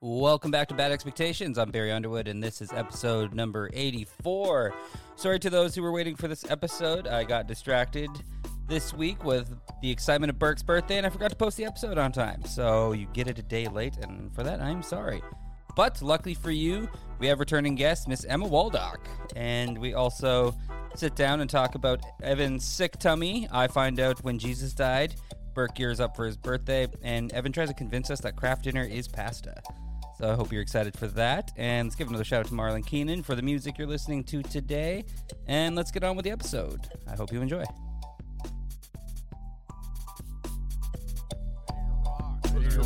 Welcome back to Bad Expectations. I'm Barry Underwood, and this is episode number 84. Sorry to those who were waiting for this episode. I got distracted this week with the excitement of Burke's birthday, and I forgot to post the episode on time. So you get it a day late, and for that, I'm sorry. But luckily for you, we have returning guest, Miss Emma Waldock. And we also sit down and talk about Evan's sick tummy. I find out when Jesus died. Burke gears up for his birthday, and Evan tries to convince us that craft dinner is pasta. So I hope you're excited for that. And let's give another shout out to Marlon Keenan for the music you're listening to today. And let's get on with the episode. I hope you enjoy.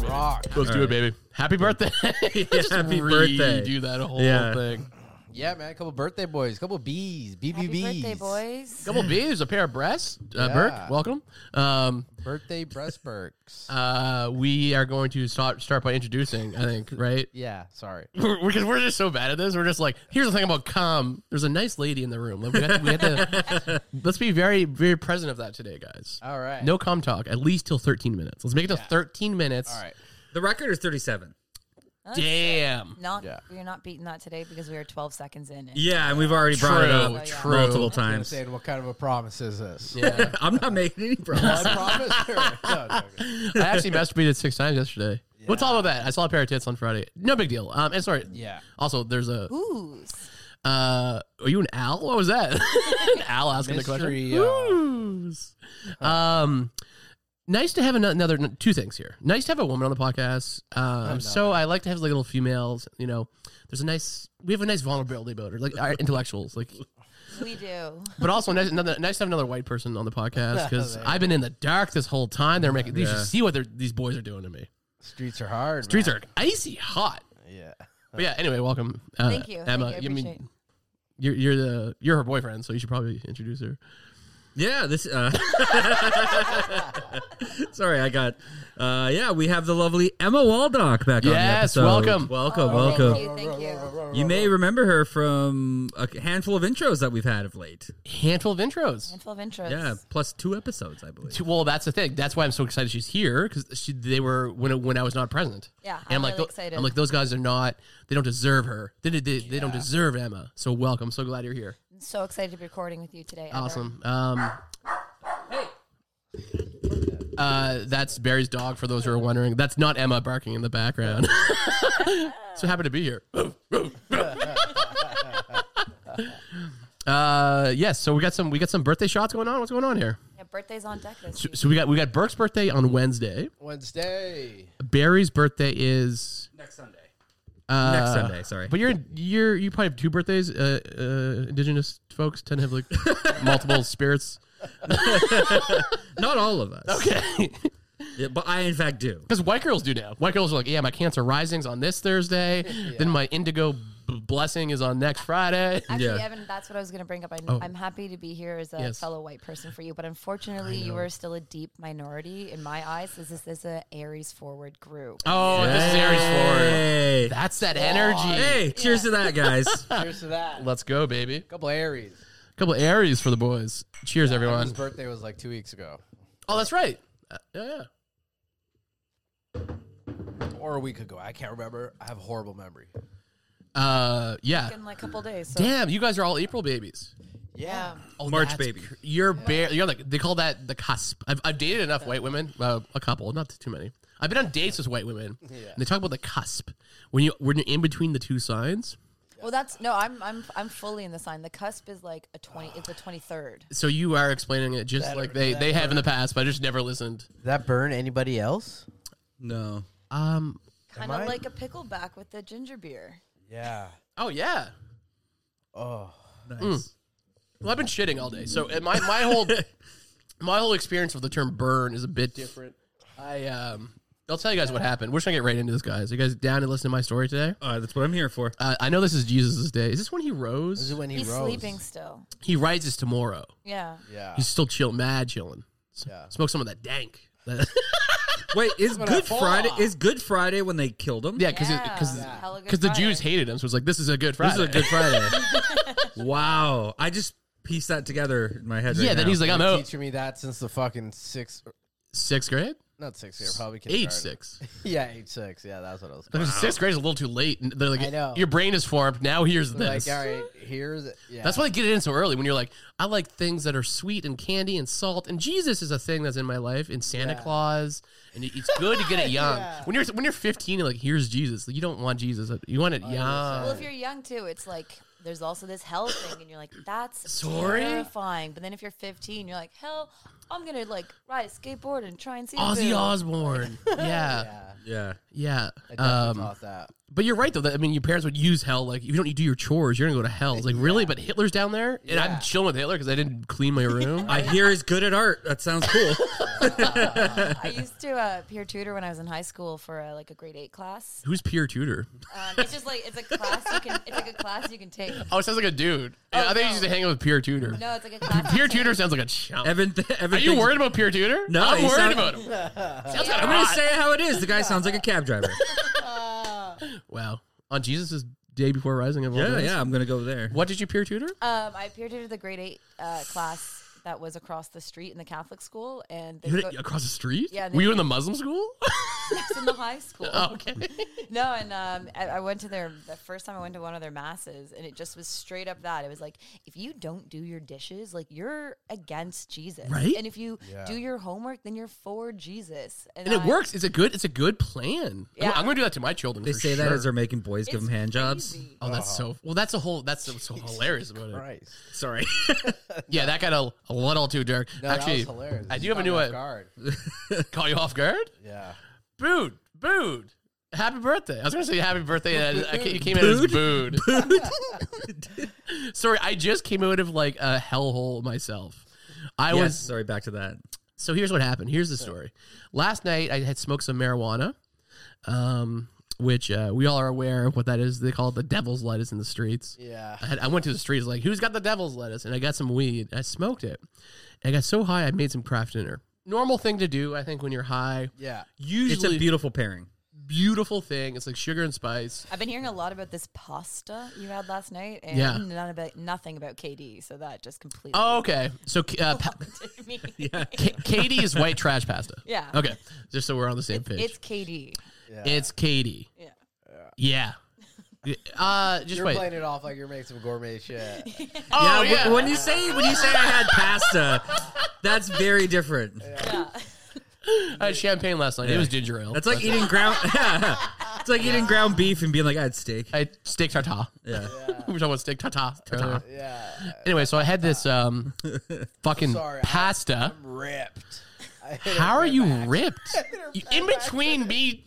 Rock. Let's do it, baby. Happy birthday. Happy birthday. Do that whole Yeah. thing. Yeah, man. A couple birthday boys, couple bees, BBBs. Happy birthday, boys. Couple B's, a pair of breasts. Uh, Yeah. Burke, welcome. Um, Birthday breast perks. uh, we are going to start, start by introducing, I think, right? yeah, sorry. Because we're just so bad at this. We're just like, here's the thing about cum. There's a nice lady in the room. Like, we had to, we had to- let's be very, very present of that today, guys. All right. No cum talk, at least till 13 minutes. Let's make it to 13 minutes. All right. The record is 37. Damn. Not Yeah. you're not beating that today because we were 12 seconds in. And Yeah, and we've already True, brought it up true. multiple I'm times. saying, what kind of a promise is this? Yeah. I'm not making any Blood promises. promise? Or- no, no, no. I actually masturbated six times yesterday. We'll talk about that. I saw a pair of tits on Friday. No big deal. Um, and sorry. Yeah. Also, there's a. Ooze. Uh, are you an owl? What was that? an owl asking Mystery, the question. Ooh. Um, nice to have ano- another two things here. Nice to have a woman on the podcast. Um, so I like to have like little females. You know, there's a nice we have a nice vulnerability about her, like our intellectuals, like. We do. But also nice, another, nice to have another white person on the podcast because I've been in the dark this whole time. They're making you should see what they're, these boys are doing to me. Streets are hard. Streets are icy hot. are. Yeah. But yeah, anyway, welcome. Uh, Thank you. Emma. Thank you. I appreciate it. you're you're the you're her boyfriend, so you should probably introduce her. yeah, this. Uh, sorry, I got. Uh, yeah, we have the lovely Emma Waldock back on the Yes, episode. welcome. welcome, Oh, welcome. Thank you. Thank you. You may remember her from a handful of intros that we've had of late. Handful of intros. Handful of interest. Yeah, plus two episodes, I believe. Two- Well, that's the thing. That's why I'm so excited she's here because she, they were when when I was not present. Yeah, and I'm, I'm like, really tho- excited. I'm like, those guys are not. They don't deserve her. They they, they, they don't deserve Emma. So welcome. So glad you're here. I'm so excited to be recording with you today. Ever. Awesome. Um, uh, that's Barry's dog. For those who are wondering, that's not Emma barking in the background. so happy to be here. uh, yes. So we got some. We got some birthday shots going on. What's going on here? Yeah, birthday's on deck this So, week. so we got we got Burke's birthday on Wednesday. Wednesday. Barry's birthday is Next Sunday. uh, Next Sunday, sorry. But you're you're you probably have two birthdays. Uh, uh, indigenous folks tend to have like multiple spirits. Not all of us. Okay. Yeah, but I, in fact, do. Because white girls do now. White girls are like, yeah, my Cancer Rising's on this Thursday. Then my Indigo b- Blessing is on next Friday. Actually, Yeah. Evan, that's what I was going to bring up. I'm, I'm happy to be here as a Yes. fellow white person for you, but unfortunately, you are still a deep minority in my eyes. This is this is a Aries forward group. Oh, this is Aries forward. Hey. That's that energy. Hey, cheers to that, guys. Ah. Cheers to that. Let's go, baby. couple Aries. couple Aries for the boys. Cheers, His everyone. birthday was like two weeks ago, Oh, that's right. Uh, yeah, yeah. or a week ago. I can't remember. I have a horrible memory. Uh, yeah. In like a couple days. So. Damn, you guys are all April babies. Yeah. Oh, March that's baby. cr- you're bare. You're like they call that the cusp. I've, I've dated enough white women, uh, a couple, not too many. I've been on dates with white women, and they talk about the cusp when you when you're in between the two signs. Well, that's no. I'm I'm I'm fully in the sign. The cusp is like a twenty. It's the twenty third. So you are explaining it just like they they have in the past, but I just never listened. Did that burn anybody else? No. Um. Kind I? of like a pickleback with the ginger beer. Yeah. Oh yeah. Hmm. Oh. Nice. Well, I've been shitting all day, so uh, my my whole my whole experience of the term burn is a bit different. I um. I'll tell you guys what happened. We're just gonna get right into this, guys. You guys down to listen to my story today? All right, that's what I'm here for. Uh, I know this is Jesus' day. Is this when he rose? This is when he He's rose. sleeping still. he rises tomorrow. Yeah. Yeah. He's still chill, mad chilling. S- Yeah. Smoke some of that dank. Wait, is when I Good fall Friday off. is Good Friday when they killed him? yeah, because Yeah. because Yeah. Hella good because the Jews Friday. hated him, so it's like this is a good this Friday. is a Good Friday. wow, I just pieced that together in my head. yeah. right Then now. he's like, I'm out Teaching me that since the fucking sixth. sixth grade. not sixth year, probably Age kindergarten. six. Yeah, age six. Yeah, that's what I was. Sixth grade is a little too late. And They're like, I know. your brain is formed. Now here's Like, this. all right, here's yeah. That's why they get it in so early when you're like, I like things that are sweet and candy and salt, and Jesus is a thing that's in my life, and Santa Claus, and it- it's good to get it young. Yeah. When you're when you're 15, you're like, here's Jesus. You don't want Jesus. You want it young. Well, if you're young too, it's like there's also this hell thing, and you're like, that's Sorry? terrifying. But then if you're 15, you're like, hell, I'm gonna like ride a skateboard and try and see. a Ozzy boo. Osbourne. yeah, yeah. Yeah. yeah. I definitely Um, thought that. but you're right though. That, I mean, your parents would use hell. Like, if you don't do your chores, you're gonna go to hell. It's like, really? But Hitler's down there, and Yeah. I'm chilling with Hitler because I didn't clean my room. I hear he's good at art. That sounds cool. I used to uh, peer tutor when I was in high school for uh, like a grade eight class. Who's peer tutor? Um, it's just like it's a class you can. It's like a class you can take. Oh, it sounds like a dude. Oh, yeah, I think no. you used to hang out with peer tutor. No, it's like a class. you Peer take. tutor sounds like a chump. Evan, th- Evan Are you thinks- worried about peer tutor? No, I'm he worried sound- about him. Sounds I'm kind gonna of say it how it is. The guy sounds like a cab driver. Wow. On Jesus' day before rising of all yeah, days? yeah. I'm gonna go there. What did you peer tutor? Um, I peer tutored the grade eight uh, class that was across the street in the Catholic school, and they You go- did it across the street? Yeah, they- Were you in the Muslim school? it's in the high school. okay. No, and um, I, I went to their the first time I went to one of their masses, and it just was straight up that it was like, if you don't do your dishes, like you're against Jesus, Right? And if you do your homework, then you're for Jesus, And it I- works. It's a good. It's a good plan. Yeah. I'm, going to do that to my children. They for say sure. that as they're making boys give It's them hand jobs. crazy. Oh, that's so. Well, that's a whole. That's so, so hilarious about it. Christ. Sorry. Yeah, that got a, a little too dark. No, that Actually, was hilarious. I It do have a caught me new off one. guard. Call you off guard? Yeah. Booed. Booed. Happy birthday. I was going to say happy birthday. And I, I, you came in as booed. Sorry, I just came out of like a hellhole myself. I yes. was Sorry. Back to that. so here's what happened. Here's the story. Last night I had smoked some marijuana, um, which uh, we all are aware of what that is. They call it the devil's lettuce in the streets. Yeah. I, had, I went to the streets like, who's got the devil's lettuce? And I got some weed. I smoked it. And I got so high, I made some craft dinner. Normal thing to do, I think, when you're high. Yeah. It's a Usually, beautiful pairing. beautiful thing. It's like sugar and spice. I've been hearing a lot about this pasta you had last night, and Yeah. none about nothing about KD, so that just completely. Oh, okay. So uh, pa- did me. K- Katie is white trash pasta. Yeah. Okay. Just so we're on the same page. It's KD. Yeah. It's Katie. Yeah. Yeah. Uh, just you're wait. playing it off like you're making some gourmet shit. oh wh- yeah. When you say when you say I had pasta, that's very different. I had champagne last night. It was ginger ale. That's like eating ground. it's like eating ground beef and being like, I had steak. I had steak tartare. Yeah. We're talking about steak tartare. tartare. Yeah. Anyway, so I had this um, fucking Sorry, I- pasta. Ripped. I hit How it are right you back. ripped? You- In between me,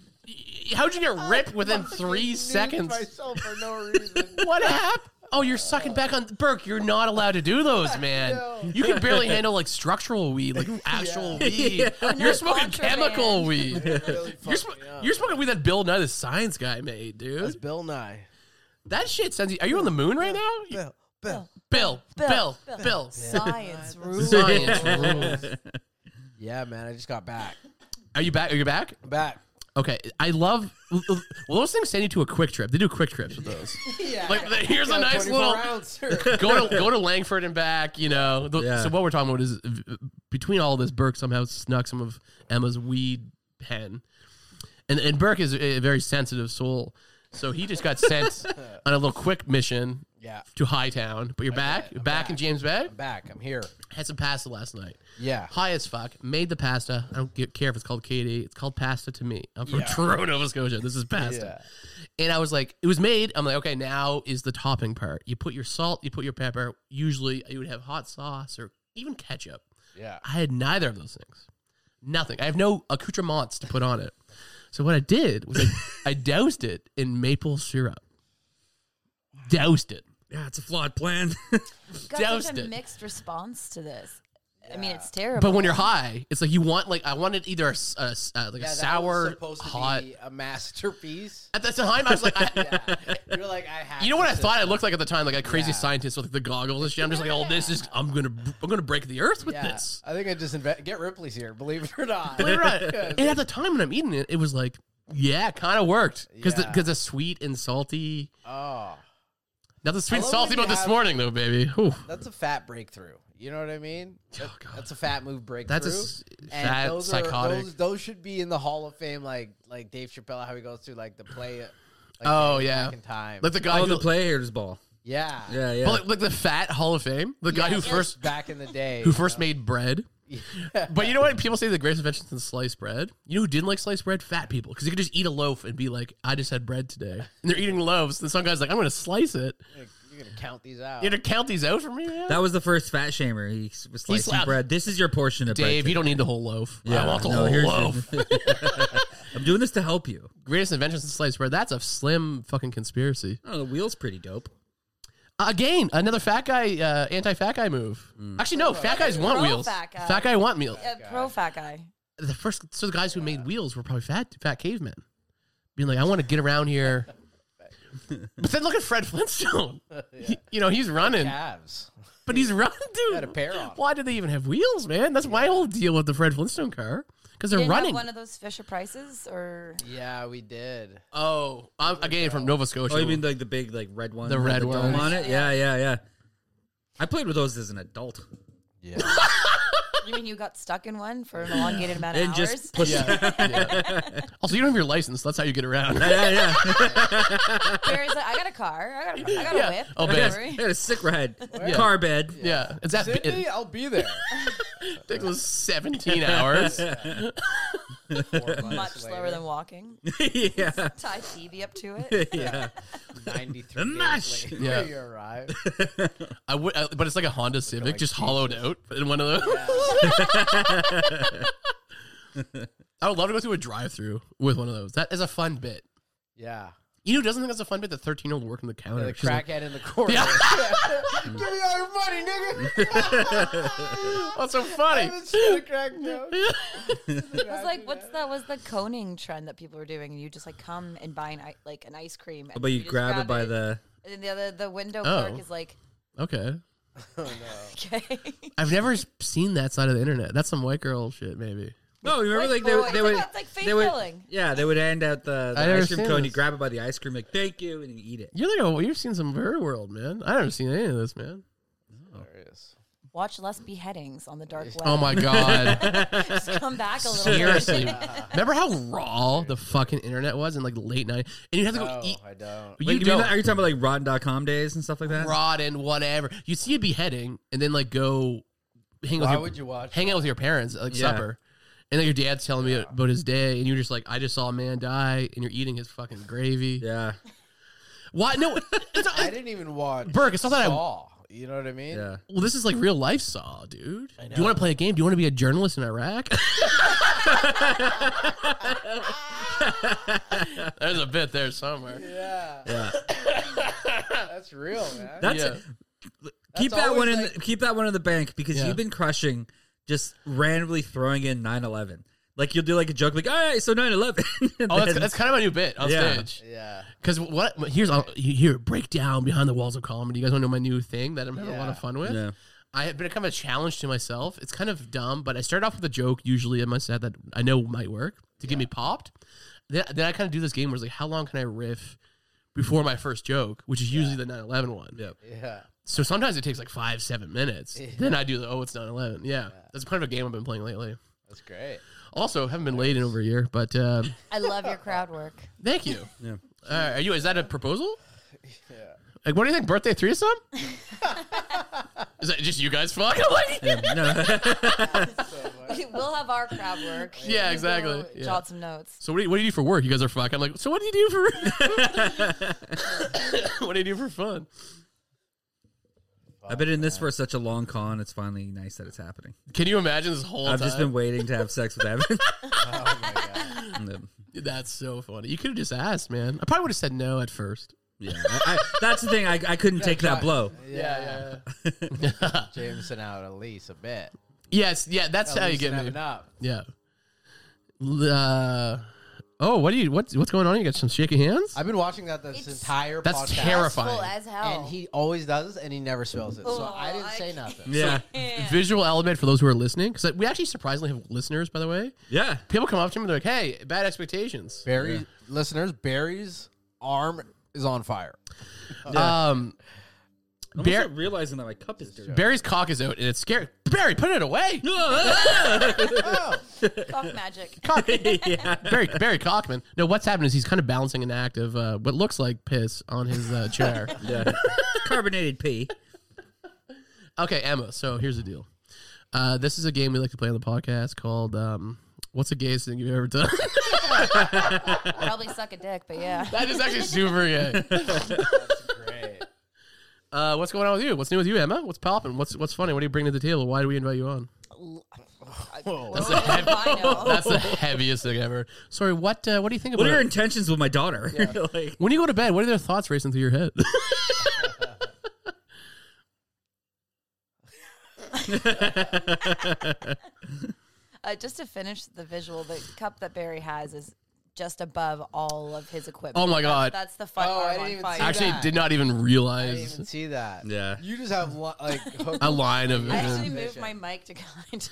how'd you get ripped within three Nuked seconds? myself for no reason. What happened? Oh, you're sucking back on Burke. You're not allowed to do those, man. You can barely handle like structural weed, like actual weed. You're smoking contraband. chemical weed. Really You're, fucked sm- me up. you're smoking weed that Bill Nye, the science guy, made, dude. That's Bill Nye. that shit sends you. Are you on the moon right now? You- Bill. Bill. Bill, Bill, Bill, Bill. Science rules. Science rules. Yeah, man. I just got back. Are you back? Are you back? Back. Okay. I love. Well, those things send you to a quick trip. They do quick trips with those. Yeah. Like, here's a Got nice 24 little. Uh, rounds. go to go to Langford and back. You know. The- Yeah. So what we're talking about is uh, between all this, Burke somehow snuck some of Emma's weed pen, and and Burke is a very sensitive soul, so he just got sent on a little quick mission yeah. to Hightown. But you're back, I'm back in back. James Bay. I'm back. I'm here. Had some pasta last night. Yeah. High as fuck. Made the pasta. I don't gi- care if it's called KD. It's called pasta to me. I'm from Yeah. Toronto, Nova Scotia. This is pasta. Yeah. And I was like, it was made. I'm like, okay, now is the topping part. You put your salt, you put your pepper. Usually you would have hot sauce or even ketchup. Yeah. I had neither of those things. Nothing. I have no accoutrements to put on it. So what I did was I, I doused it in maple syrup. Doused it. Yeah, it's a flawed plan. Got such Doused a it. mixed response to this. I mean, it's terrible. But when you're high, it's like you want like I wanted either a, s- a s- uh, like Yeah, that a was sour supposed to hot. be a masterpiece. At the time, I was like, I, You're like, I have you know to what I sit- thought I looked like at the time, like a crazy Yeah. scientist with like, the goggles and shit. I'm just like, oh, this is I'm gonna I'm gonna break the earth with Yeah. this. I think I just invent get Ripley's here, believe it or not. But you're right. and at the time when I'm eating it, it was like, yeah, kind of worked because Yeah. because the, sweet and salty. oh. Nothing sweet and love salty when you about this have- morning, though, baby. Whew. That's a fat breakthrough. You know what I mean? That- Oh, God. That's a fat move breakthrough. That's a s- And fat, those are- psychotic- those, those should be in the Hall of Fame, like like Dave Chappelle, how he goes through like the play. Like, Oh, way yeah. back in time. Like the guy Oh, who, the players ball. yeah, Yeah, yeah. but like, like the fat Hall of Fame, the guy Yeah, who it's first back in the day, who first made bread. But you know what? People say the greatest invention is sliced bread. You know who didn't like sliced bread? Fat people, because you could just eat a loaf and be like, "I just had bread today," and they're eating loaves. And some guy's like, "I'm going to slice it." You're gonna count these out. You gonna count these out for me, man? that was the first fat shamer. He was slicing slapped- bread. This is your portion of Dave, bread. you don't need the whole loaf. I want the no, whole here's loaf. I'm doing this to help you. greatest invention since sliced bread. That's a slim fucking conspiracy. Oh, the wheel's pretty dope. Again, another fat guy, uh, anti-fat guy move. Hmm. Actually, no, fat guys want Pro wheels. fat guy. want meals. Uh, pro fat guy. The first, so the guys who made wheels were probably fat, fat cavemen, being like, "I want to get around here." but then look at Fred Flintstone. He- you know, he's running, calves. but he's running, dude. had a pair on. Why do they even have wheels, man? That's my whole deal with the Fred Flintstone car because they're Didn't have running. one of those Fisher Prices or Yeah, we did. oh, I'm, again from Nova Scotia. Oh, you mean like the big like red one? The with red the dome ones. on it. Yeah, yeah, yeah. I played with those as an adult Yeah, you mean you got stuck in one for an elongated amount of and hours? just push. Yeah, also, you don't have your license. That's how you get around. yeah, yeah. Barry's like, I got a car. I got a, I got Yeah. a whip. Oh, Don't Barry's- worry." I had a sick ride, car bed. Yeah, it's that. Sydney, It I'll be there. takes us seventeen hours. Four Much months slower later, than walking. yeah, Tie TV up to it. yeah. 93 The days mash. later, Yeah. you arrive. I would, I, but it's like a Honda Civic, just hollowed out in one of those. I would love to go through a drive-through with one of those. That is a fun bit. Yeah, You know, who doesn't think that's a fun bit. The thirteen-year-old working the counter. the She's like, crackhead in the corner. Yeah. Give me all your money, nigga. What's "Oh, so funny? That's a crack joke. It was like, what's that? Was the coning trend that people were doing? And you just like come and buy an i- like an ice cream, and But you just grab it by the. And then the other the window Oh. clerk is like, Okay, okay, I've never s- seen that side of the internet. That's some white girl shit, maybe. No, you remember like, Like, they, oh, they it's would. like- it's like fake they would, filling. Yeah, they would hand out the, the I never ice cream seen cone. You this. grab it by the ice cream, like thank you, and you eat it. You're like, oh, you've seen some of her world, man. I haven't seen any of this, man. Hilarious. watch less beheadings on the dark web. Oh my god! Just come back a little. bit. Seriously, remember how raw the fucking internet was in like the late '90s, and you have to go No, eat. I don't. You Like, you mean, don't. are you talking about like Rotten.com days and stuff like that? rod and whatever. You see a beheading and then like go hang Why out with would your, you watch? hang out with your parents at like Yeah. supper. And then your dad's telling me about his day, and you're just like, "I just saw a man die," and you're eating his fucking gravy. Yeah, Why? No, it's not, I didn't even watch. Burke. It's not that I. Saw. You know what I mean? yeah. Well, this is like real life saw, dude. Do you want to play a game? Do you want to be a journalist in Iraq? There's a bit there somewhere. Yeah. That's real, man. That's Yeah. keep That's that one always in like- keep that one in the bank because Yeah. you've been crushing just randomly throwing in 9/11. Like you'll do like a joke like all right so 9/11. and Oh, that's, then- that's kind of my new bit on Yeah. stage. yeah. Because what here's I'll- here breakdown behind the walls of comedy. You guys want to know my new thing that I'm having a lot of Yeah. fun with? Yeah. I have been kind of a challenge to myself. It's kind of dumb, but I start off with a joke usually in my set that I know might work to get me popped. Then, then I kind of do this game where it's like, how long can I riff before my first joke, which is usually the 9 11 one. Yeah. So sometimes it takes like five, seven minutes. Then I do the, oh, it's 9 11. Yeah. That's kind of a game I've been playing lately. That's great. Also, haven't been late in over a year, but um, I love your crowd work. thank you. Yeah. Uh, are you, is that a proposal? Like, what do you think? Birthday threesome? Is that just you guys fucking? Like, yeah, No. we'll have our crowd work. exactly. We'll Yeah. Jot some notes. So what do you what do you do for work? You guys are fucking. I'm like, so what do you do for? what do you do for fun? I've been in this for such a long con. It's finally nice that it's happening. Can you imagine this whole I've time? Oh, just been waiting to have sex with Evan. Yeah. That's so funny. You could have just asked, man. I probably would have said no at first. yeah. I, I, that's the thing. I, I couldn't take that blow. Yeah. Jameson out at least a bit. Yes, yeah. That's how you Jameson get me. having up. Yeah. L- Uh, oh, what do you what's what's going on? You got some shaky hands? I've been watching that this It's- entire That's podcast. terrifying. Full as hell. And he always does, and he never spells it. So Oh, I didn't I say can't. nothing. Yeah. Visual element for those who are listening, because we actually surprisingly have listeners. By the way, Yeah. people come up to me and they're like, "Hey, bad expectations." Barry listeners, Barry's arm is on fire. Um, I'm Bear- also realizing that my cup is dirty. Barry's cock is out and it's scary. Barry, put it away. Fuck magic. yeah. Barry Barry Cockman. No, what's happening is he's kind of balancing an act of uh, what looks like piss on his uh, chair. yeah. Carbonated pee. Okay, Emma. So here's the deal. Uh, this is a game we like to play on the podcast called um, "What's the gayest thing you've ever done?" Probably suck a dick, but yeah. that is actually super gay. Great. Uh, what's going on with you? What's new with you, Emma? What's popping? What's what's funny? What do you bring to the table? Why do we invite you on? Oh, That's a I know. That's the heaviest thing ever. Sorry. What uh, what do you think What about are your it? intentions with my daughter? like, when you go to bed? What are their thoughts racing through your head? Uh, just to finish the visual, the cup that Barry has is just above all of his equipment. Oh my God. That's, that's the fire. Oh, I alarm didn't on even fire. see that. actually, did not I even didn't even realize see that. yeah. You just have li- like hooked a line of I actually vision. moved my mic to kind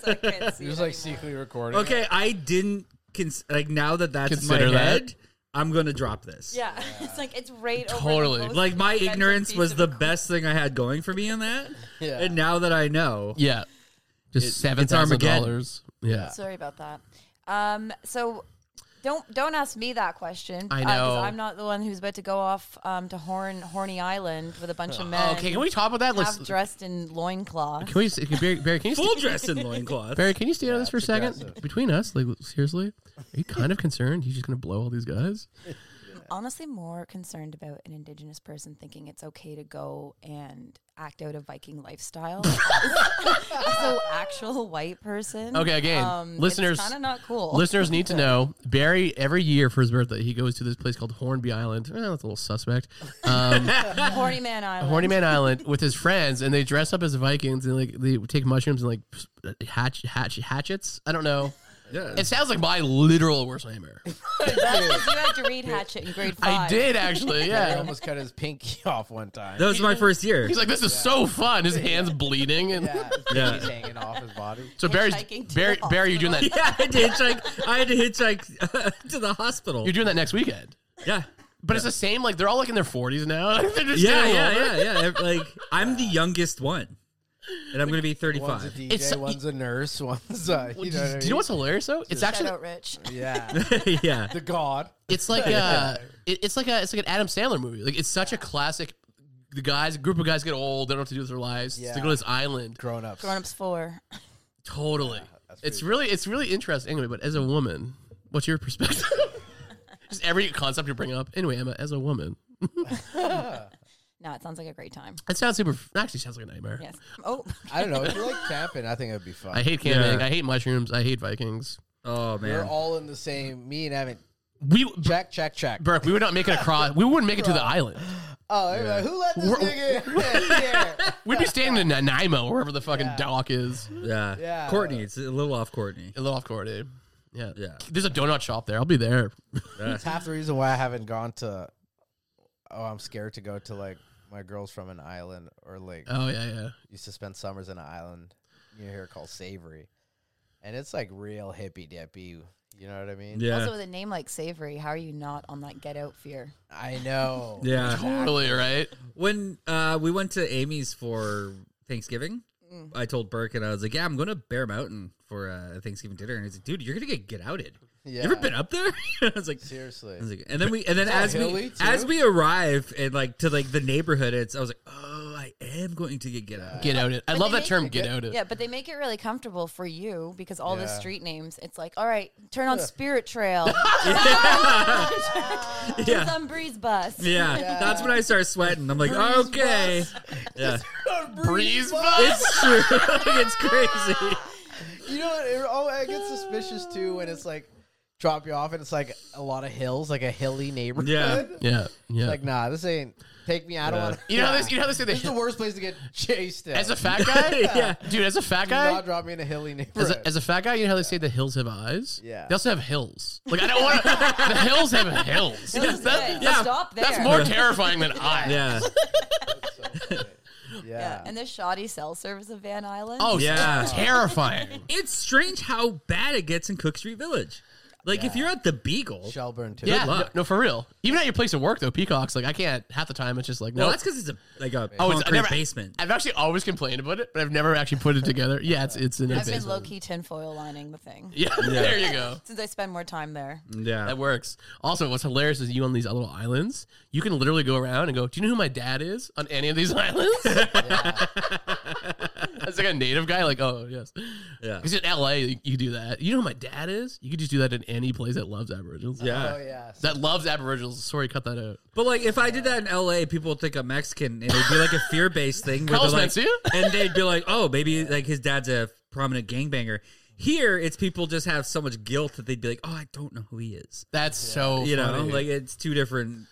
so I can't see You're just like it anymore. secretly recording. it. Okay, I didn't cons- like now that that's Consider in my that. head. I'm gonna drop this. Yeah. it's like it's right over. the Totally. most Like my expensive ignorance piece was of the equipment. best thing I had going for me in that. Yeah. And now that I know, Yeah, just seven thousand dollars. Yeah. Sorry about that. Um, so don't don't ask me that question. I uh, 'cause know. I'm not the one who's about to go off um, to Horn Horny Island with a bunch of men. Oh, Okay, can we talk about that? Let's. half Can dressed in loincloth? we, can- Barry, Barry, can you full st- dress in loincloth. Barry, can you stay on this for a second? progressive. Between us, like seriously, are you kind of concerned? He's just gonna blow all these guys. honestly more concerned about an indigenous person thinking it's okay to go and act out a Viking lifestyle. so actual white person. Okay, again, listeners- kind of not cool. Listeners need to know Barry. Every year for his birthday, he goes to this place called Hornby Island. Eh, that's a little suspect. Um, Horny man island. Horny Man Island with his friends, and they dress up as Vikings and like they take mushrooms and like hatch, hatch hatchets. I don't know. Yeah. It sounds like my literal worst nightmare. Because you had to read Hatchet in grade five. I did actually. He Yeah. almost cut his pinky off one time. That was my first year. He's like, this is so fun. His hands bleeding, and yeah, his Yeah. pinky's hanging off his body. so Barry's Hitchhiking to Barry, the Barry, you're doing that. Yeah, I had to hitchhike. I had to hitchhike uh, to the hospital. You're doing that next weekend. Yeah, But it's the same. Like they're all like in their 40s now. They're just yeah, getting yeah, older. yeah, yeah. Ev- Like I'm the youngest one, and I'm gonna be One's a 35. DJ, It's- one's a nurse, one's a. You know what I Do you know what's hilarious though? It's Shout actually out, Rich. mean? Yeah, yeah, the god. it's like uh it, it's like a it's like an Adam Sandler movie. Like it's such a classic. The guys, group of guys get old. They don't know what to do with their lives. They Yeah. go to this island. Grown ups. Grown ups four. Totally. it's really it's really interesting. Anyway, but as a woman, what's your perspective? Just every concept you bring up. Anyway, Emma, as a woman, No, it sounds like a great time. it sounds super. Actually, sounds like a nightmare. Yes. Oh, I don't know. If you like camping, I think it'd be fun. I hate camping. Yeah. I hate mushrooms. I hate Vikings. Oh We're man. all in the same. Me and Evan. We Check, check, check. Burke, we would not make it across. We wouldn't make it to the island. oh, everybody, who let this nigga in here? We'd be staying in Nanaimo, or wherever the fucking dock is. Yeah. Yeah. Courtney, it's a little off Courtney. A little off court, eh? Yeah. Yeah. There's a donut shop there. I'll be there. That's half the reason why I haven't gone to. Oh, I'm scared to go to like my girls from an island or like Oh yeah, yeah. used to spend summers in an island near here called Savory, and it's like real hippy dippy. You know what I mean? Yeah. also with a name like Savory, how are you not on that get out fear? I know. yeah. Totally right. When uh, we went to Amy's for Thanksgiving, Mm. I told Burke and I was like, "Yeah, I'm going to Bear Mountain for uh, Thanksgiving dinner," and he's like, "Dude, you're gonna get get outed. Yeah. You ever been up there?" I was like. Seriously. I was like- And then we, and then Is that as we hilly, too? as we arrive and like to like the neighborhood, it's I was like, oh, I am going to get get out. Get out it. I But love they that make term. it- Get out it. Yeah, but they make it really comfortable for you because all the Yeah. street names, it's like, all right, turn on Spirit Trail, Yeah. some breeze bus. Yeah, that's when I start sweating. I'm like, okay, yeah, Breeze. it's true. it's crazy. You know, what? it, oh, it gets suspicious too when it's like drop you off and it's like a lot of hills, like a hilly neighborhood. Yeah. Yeah. Yeah. Like, nah, this ain't. Take me. I don't want. you know how they, you know how they say This is the the, worst place to get chased. At. as a fat guy. Yeah. Dude, as a fat Do guy. not drop me in a hilly As neighborhood. a, as a fat guy, you know how they say the hills have eyes. Yeah. They also have hills. Like I don't want to. the hills have hills. Hills That- have- yeah, Stop there. That's more terrifying than eyes. Yeah, Yeah. yeah. And the shoddy cell service of Van Island. Oh Yeah. yeah. Terrifying. it's strange how bad it gets in Cook Street Village. Like if you're at the Beagle, Shelburne too. Yeah, no, luck. no, for real. Even at your place of work, though, Peacocks, like I can't. Half the time, it's just like well, no. that's because it's a like a Oh, it's- I concrete never- basement. I've actually always complained about it, but I've never actually put it together. Yeah, it's it's in a I've been basement. low key tinfoil lining the thing Yeah, Mm. there you go. since I spend more time there. yeah, That works. Also, what's hilarious is you on these little islands, you can literally go around and go, Do you know who my dad is on any of these islands? That's like a native guy, like, oh, yes. yeah, Because in LA, you, you do that. You know who my dad is? You could just do that in any place that loves Aboriginals. yeah. Oh yeah. That loves Aboriginals. Sorry, cut that out. But like, if I did that in L.A., people would think I'm Mexican, and it'd be like a fear-based thing. Where Carlos they're like, Mencia? and they'd be like, "Oh, maybe like his dad's a prominent gangbanger." Here, it's people just have so much guilt that they'd be like, "Oh, I don't know who he is." That's so You know, funny. like it's two different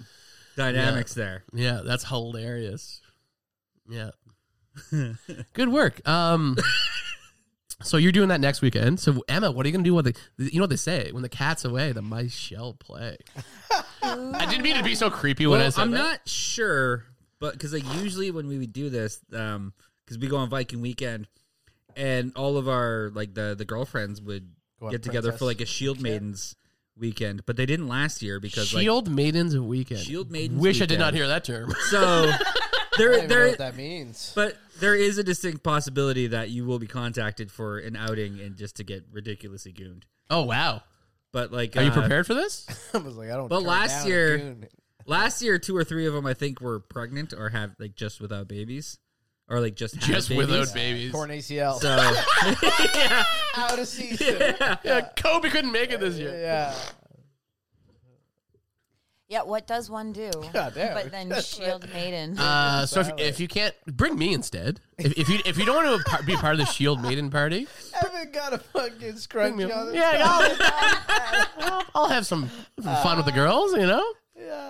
dynamics there. Yeah, that's hilarious. Yeah. Good work. Um So you're doing that next weekend. So Emma, what are you gonna do with the? You know what they say: when the cat's away, the mice shall play. I didn't mean to be so creepy when I Well, said I'm that. not sure, but because like usually when we would do this, because we go on Viking weekend, and all of our like the the girlfriends would Go on get together for princess like a Shield Maidens weekend, but they didn't last year because like Shield maidens weekend. Shield Maidens Wish I did Weekend. not hear that term. So I there, don't even know there, what that means. but there is a distinct possibility that you will be contacted for an outing and just to get ridiculously gooned. Oh wow. But like, Are you uh, prepared for this? I was like, I don't. But turn last down a year- goon. Last year, two or three of them I think were pregnant or have like just without babies, or like just had Just babies. without babies. torn ACL So out of season. Yeah, Kobe couldn't make it this year. yeah. Yeah, what does one do? God damn. But then Shield Maiden. Uh, so if, if you can't bring me instead, if, if you if you don't want to be part of the Shield Maiden party, Evan got a fucking scrunchie on his Yeah, I'll, I'll have some, some fun with the girls, you know?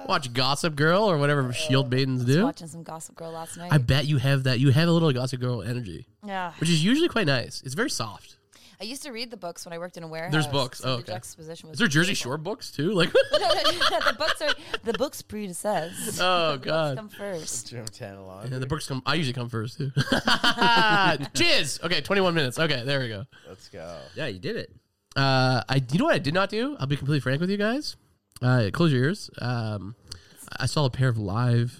Watch Gossip Girl or whatever Shield Maidens do. watching some Gossip Girl last night. I bet you have that. You have a little Gossip Girl energy, yeah. which is usually quite nice. It's very soft. I used to read the books when I worked in a warehouse. books. so Oh, the okay. Juxtaposition was Is there Jersey beautiful. Shore books too? Like, No, no, no, the books are the books predecess. oh Books god. come first. Jim Tanalon. Yeah, the books come. I usually come first too. Jizz. Okay, twenty-one minutes. Okay, there we go. Let's go. yeah, you did it. Uh, I you know what I did not do? I'll be completely frank with you guys. Uh, close your ears. Um, I saw a pair of live.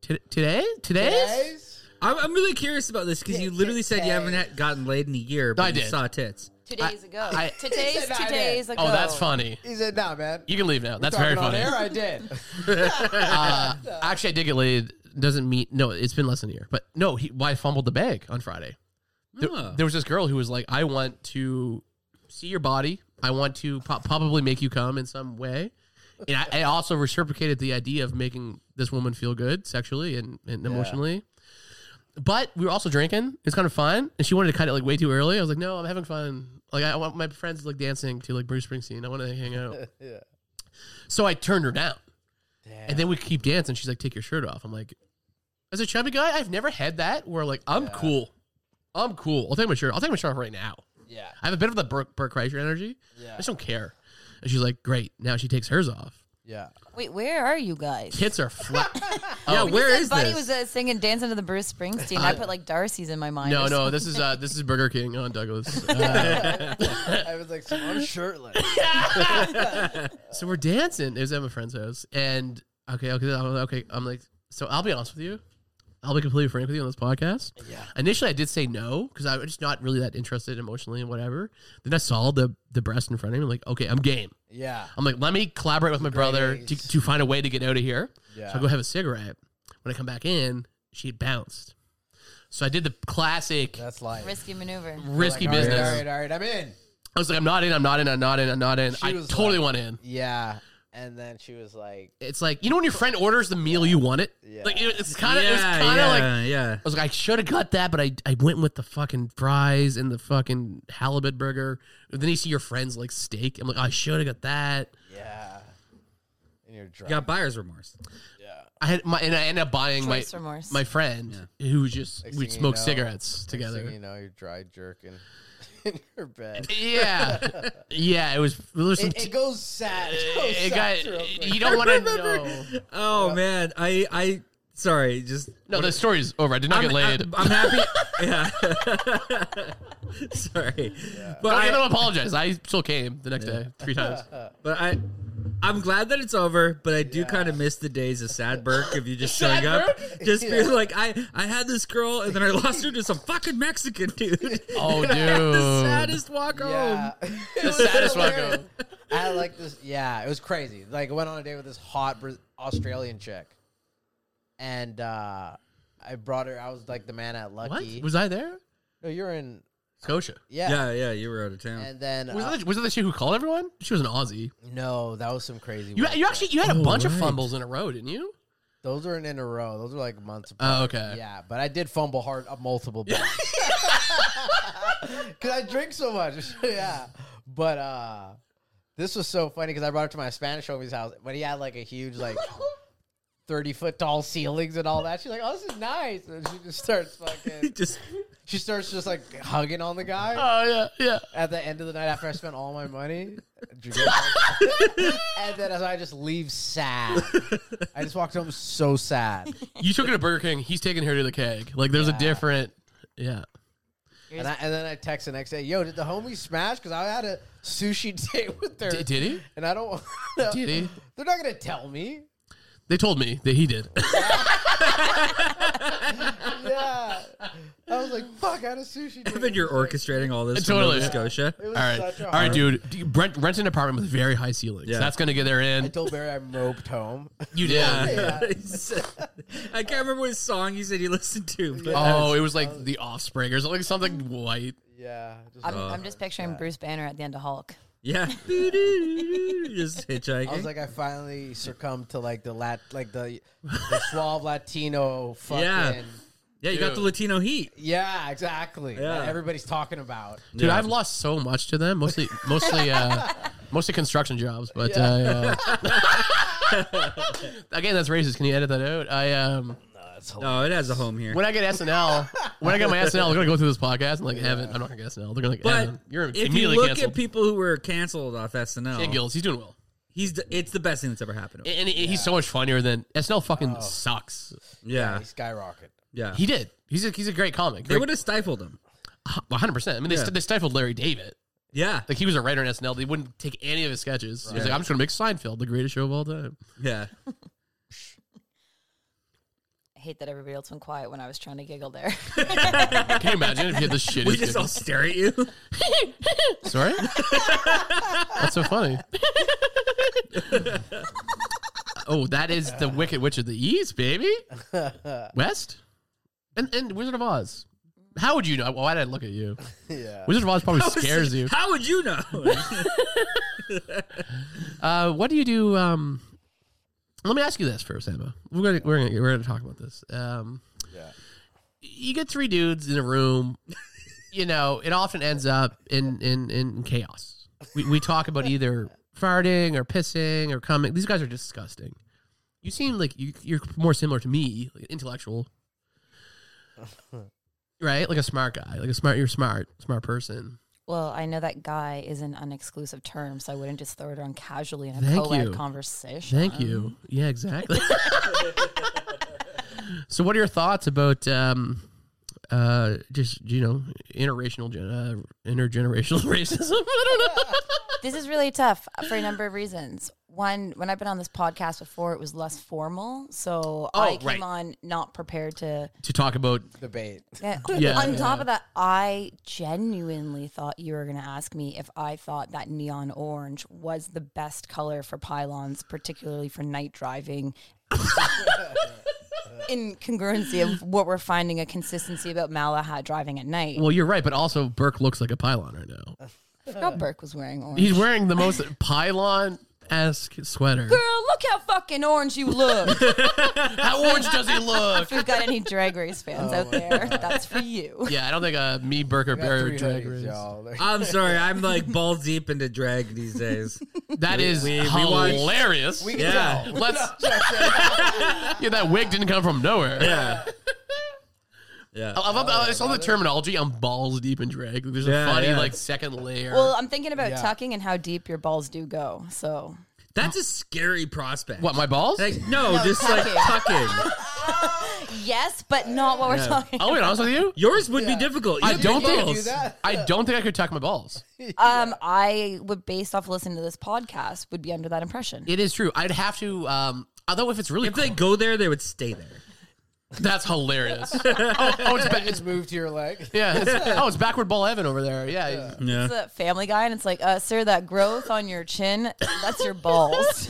T- today, today's Guys, I'm, I'm really curious about this because you literally said you haven't had- gotten laid in a year, but I you did. saw tits. Two days ago. I- today's It's an two days ago. Oh, that's funny. he said, "Nah, man." You can leave now. That's very Talking on funny. air, I did. Uh, actually, I did get laid. Doesn't mean no. It's been less than a year, but no. He, why I fumbled the bag on Friday? There, Oh. there was this girl who was like, "I want to see your body. I want to po- probably make you come in some way." And I, I also reciprocated the idea of making this woman feel good sexually and, and emotionally. But we were also drinking. It's kind of fun, and she wanted to cut it like way too early. I was like, "No, I'm having fun. Like I want my friends like dancing to like Bruce Springsteen. I want to hang out." Yeah. So I turned her down. And then we keep dancing. She's like, take your shirt off. I'm like, as a chubby guy, I've never had that where like, I'm cool. I'm cool. I'll take my shirt. I'll take my shirt off right now. Yeah. I have a bit of the Burke, Burke Kreischer energy. I just don't care. And she's like, great. Now she takes hers off. Yeah. Wait, where are you guys? Kids are flat. Oh. yeah, When where you said is Buddy this? was uh, singing "Dancing to the Bruce Springsteen." I put like Darcy's in my mind. no, or no, this is uh, this is Burger King on Douglas. Uh, I was like, so I'm shirtless. so we're dancing. It was at my friend's house, and okay, okay, I'm like- okay. I'm like, so I'll be honest with you. I'll be completely frank with you on this podcast. Yeah. Initially, I did say no because I was just not really that interested emotionally and whatever. Then I saw the the breast in front of me. I'm like, okay, I'm game. Yeah. I'm like, let me collaborate with my brother Great. to, to find a way to get out of here. Yeah. So I go have a cigarette. When I come back in, she had bounced. So I did the classic That's life. something. risky maneuver. risky All right, business. all right, all right, I'm in. I was like, I'm not in. I'm not in. I'm not in. I'm not in. I was totally like- want in. Yeah. And then she was like, it's like you know when your friend orders the meal you want it. Yeah. Like it- it's kind of it's yeah, kind of yeah, like I yeah. was like I should have got that, but I I went with the fucking fries and the fucking halibut burger. Then you see your friends like steak. I'm like "Oh, I should have got that. yeah. And you're drunk. You got buyer's remorse. I had my and I ended up buying my Choice remorse. my friend who just Next we thing you smoked know- cigarettes Next thing together. You know, you're dry jerking in your bed. yeah, yeah. It was there was some. It, t- Uh, it goes sad. It, goes it sad real got quick. you don't want to Remember- know. Oh man, I I Sorry, just No, the story's over. I did not I'm, get laid. I'm, I'm happy. yeah. Sorry, but I, I, don't apologize. I still came the next day three times. but I. I'm glad that it's over, but I do kind of miss the days of sad Burke of you just showing up, just being like, I I had this girl and then I lost her to some fucking Mexican dude. Oh, the dude. saddest walk home. Yeah. It was saddest hilarious. welcome. I like this. Yeah, it was crazy. Like, I went on a date with this hot Bra- Australian chick, and uh, I brought her. I was like the man at What Lucky. was I there? no, you're in. Scotia. Yeah. Yeah, yeah, you were out of town. And then Was, uh, that, was that the chick who called everyone? She was an Aussie. no, that was some crazy. You, one. you actually you had a Oh, bunch of right. fumbles in a row, didn't you? Those weren't in a row. Those were like months apart. Oh, okay. Yeah, but I did fumble hard uh, multiple balls. Cause I drink so much. yeah. But uh this was so funny because I brought it to my Spanish homie's house, but he had like a huge like thirty foot tall ceilings and all that. She's like, Oh, this is nice. And she just starts fucking just she starts just like hugging on the guy Oh yeah, yeah. at the end of the night after I spent all my money. and then as I just leave sad. I just walked home so sad. You took her to Burger King. He's taking her to the keg. Like there's a Yeah. different. Yeah. And, I, and then I text the next day, yo, did the homies smash? Because I had a sushi date with her. D- did he? and I don't want Did he? They're not going to tell me. They told me that he did. Yeah. I was like, fuck, I had a sushi date. Evan, you're orchestrating all this Totally. totally. from Nova Scotia. It was All right, such a all hard- right, dude. Do you- Rent, rent an apartment with very high ceilings. Yeah. That's gonna get her I in. told Barry I moped home. You did. I can't remember what song you said you listened to. But Oh, it was like the Offspring or something, like something white. yeah. Just, I'm, Oh, I'm just picturing Bruce Banner at the end of Hulk. yeah, just hitchhiking. I was like, I finally succumbed to like the lat, like the, the suave Latino fucking. Yeah. Yeah. yeah, you got the Dude. Latino heat. exactly. Yeah. That everybody's talking about. Dude, Yeah. I've lost so much to them. Mostly, mostly, uh, mostly construction jobs. But uh, yeah. again, that's racist. Can you edit that out? I um, No, Oh, it has a home here. when I get SNL, when I get my SNL, they're gonna go through this podcast and like, Evan, I'm not gonna get SNL. They're gonna like, but Evan, you're if you immediately look canceled. at people who were canceled off Dan SNL, Gillis, he's doing well. he's the, it's the best thing that's ever happened. To him. And, and he's so much funnier than SNL. Fucking sucks. yeah, He skyrocket. yeah. Oh. He did. He's a, he's a great comic. they would have stifled him. 100. percent I mean, they, Yeah. st- they stifled Larry David. Yeah, Like he was a writer in SNL. They wouldn't take any of his sketches. He was like, I'm just gonna make Seinfeld the greatest show of all time. yeah. I hate that everybody else went quiet when I was trying to giggle there. Can you imagine if he had the shittiest? We just giggle? all stare at you. Sorry? That's so funny. oh, that is the Wicked Witch of the East, baby. West? And and Wizard of Oz. How would you know? Why did I look at you? Yeah. Wizard of Oz probably scares you. How would you know? Uh, what do you do? Um, let me ask you this first, Emma. We're gonna we're gonna we're gonna talk about this. Um, Yeah. you get three dudes in a room. you know, it often ends up in in in chaos. We we talk about either farting or pissing or coming. These guys are disgusting. You seem like you, you're more similar to me, like intellectual, right? Like a smart guy, like a smart. You're smart, smart person. well, I know that guy is an unexclusive term, so I wouldn't just throw it around casually in a Thank co-ed you. conversation. Thank you. Yeah, exactly. so, what are your thoughts about um, uh, just you know interracial gen- uh, intergenerational racism? I don't know. This is really tough for a number of reasons. One, when I've been on this podcast before, it was less formal, so I Oh, came right. on not prepared to. to talk about Debate. Yeah. Yeah. on top of that, I genuinely thought you were going to ask me if I thought that neon orange was the best color for pylons, particularly for night driving. In congruency of what we're finding a consistency about Malahat driving at night. well, you're right, but also Burke looks like a pylon right now. I forgot Burke was wearing orange. He's wearing the most pylon esque sweater. Girl, look how fucking orange you look. How orange does he look? if you've got any Drag Race fans out there, that's for you. Yeah, I don't think uh, me, Burke, or Got Barry three are drag hoodies, race. y'all. They're- I'm sorry, I'm like ball deep into drag these days. That is we- we watched- hilarious. We can Yeah. tell. Let's. yeah, that wig didn't come from nowhere. Yeah. Yeah. I I love, the, I just love the terminology. I'm balls deep in drag. There's a Yeah, funny yeah. like second layer. Well, I'm thinking about Yeah. tucking and how deep your balls do go. So That's a scary prospect. What my balls? Like no, No, just tucking. like tucking. Yes, but not what we're Yeah. talking. I'll be honest with you. Yours would be difficult. You I have don't big think balls. do that. I don't think I could tuck my balls. Um, I would, based off listening to this podcast, would be under that impression. It is true. I'd have to. Um, although if it's really, If they cold- go there, they would stay there. that's hilarious. oh, oh, it's, ba- it's Just move to your leg. yeah. It's, oh, it's backward ball heaven over there. Yeah. Yeah. It's a Family Guy, and it's like, uh, sir, that growth on your chin—that's your balls.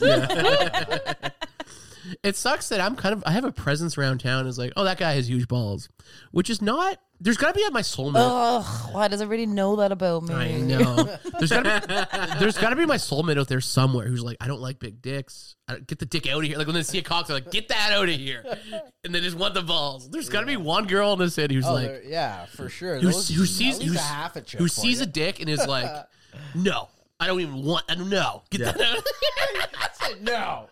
It sucks that I'm kind of. I have a presence around town. Is like, oh, that guy has huge balls, which is not. There's got to be at my soulmate. Ugh, why does everybody know that about me? I know. There's gotta be there's gotta be my soulmate out there somewhere who's like, I don't like big dicks. I don't, get the dick out of here. Like when they see a cock, they're like, get that out of here, and they just want the balls. There's gotta be one girl in the city who's Oh, like, there- yeah, for sure. who, Those- who sees at least who, a half a chick who for sees you. a dick and is like, no, I don't even want. I don't know. Get that out. I said, no.